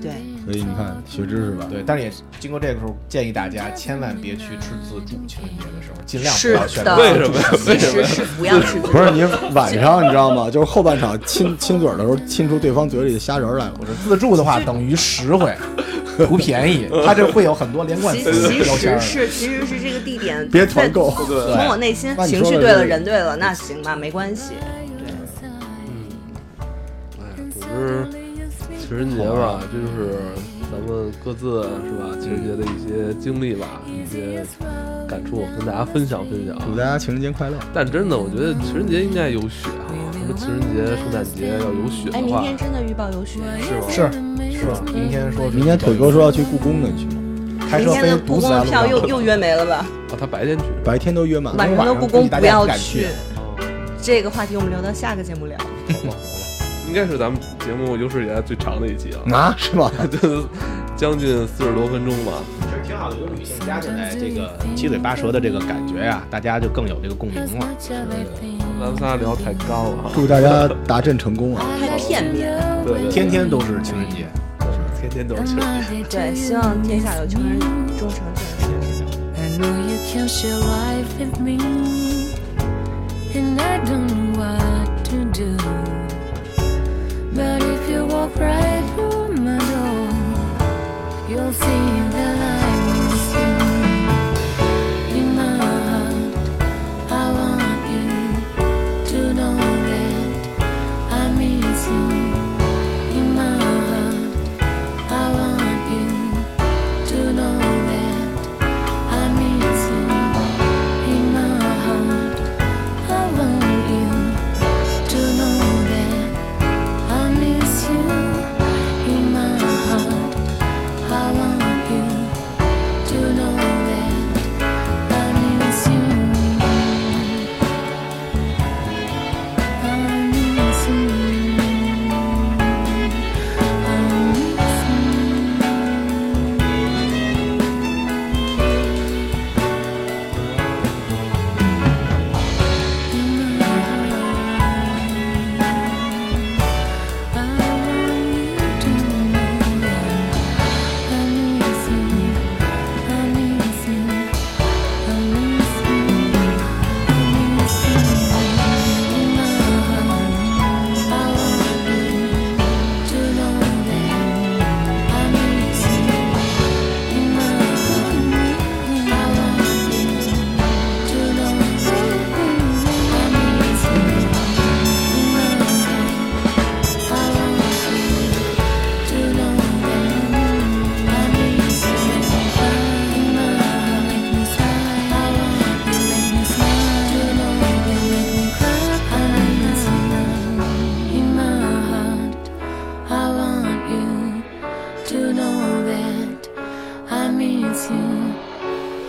S1: 对。
S2: 所以你看学知识吧，
S5: 对，但是也经过这个时候，建议大家千万别去吃自助，情人节的时候尽量不
S1: 是
S5: 要选
S1: 的，
S5: 择
S3: 为什么呀
S1: 其实是不要吃自助
S2: 不是你晚上你知道吗？就是后半场亲亲嘴儿的时候亲出对方嘴里的虾仁儿来了，
S5: 我说自助的话等于实惠，图 便宜，它这会有很多连贯
S1: 其
S5: 词
S1: 其
S5: 标签
S1: 实
S5: 儿。
S1: 是其实是这个地点
S2: 别团购
S1: 在
S2: 对
S1: 从我内心
S2: 那你
S1: 情
S2: 说
S1: 绪
S2: 的
S1: 对了，
S2: 是
S1: 人对了，那行吧，没关系。
S3: 哎，总之情人节吧，
S2: 啊
S3: 这就是咱们各自啊是吧情人节的一些经历吧，一些感触跟大家分享分享。
S2: 祝大家情人节快乐！
S3: 但真的，我觉得情人节应该有雪哈、什么情人节、圣诞节要有雪
S1: 哎，
S3: 的
S1: 明
S3: 话，
S1: 天真的预报有雪，
S3: 是吧？
S5: 是是吧？明天说
S2: 明天腿哥说要去故宫，那去吗？
S5: 开
S1: 明
S5: 车
S1: 天
S5: 飞
S1: 的故
S5: 堵死
S1: 宫
S5: 在
S1: 的
S5: 路
S1: 票
S5: 上，
S1: 又又约没了吧？
S3: 啊，他白天去。
S2: 白天都约满了，
S1: 晚上
S5: 晚
S1: 的
S5: 上
S1: 故
S5: 估
S1: 宫
S5: 计大
S1: 不
S5: 家不
S1: 要
S5: 敢
S1: 去
S5: 去。
S3: 哦，
S1: 这个话题我们留到下个节目聊。
S3: 应该是咱们节目有史以来最长的一集啊，
S2: 啊，是吗？
S3: 就将近四十多分钟吧。
S6: 其实挺好的，有女性加进来，这个七嘴八舌的这个感觉呀、大家就更有这个共鸣
S4: as
S6: 了。
S4: much everything.
S3: 咱们仨聊太干了啊，
S2: 祝大家达阵成功啊！
S1: 太片面了。
S3: 对对对，
S5: 天天都是情人节。
S3: 天天都是情人节。
S1: 对，希望天下有情人终成眷属。
S4: I know you can share life with me, and I don't know what to do. But if you walk right through my door, you'll see that I was you. In my heart, I want you to know that I miss you. In my heart, I want you to know that. I miss you in my heart. I want you to know that I miss you in my heart. I want you to know that I miss you. I miss you. I miss you. I want you to know that I miss you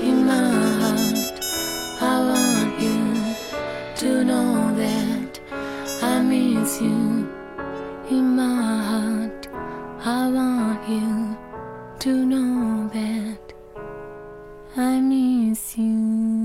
S4: in my heart. I want you to know that I miss you in my heart. I want you to know that I miss you.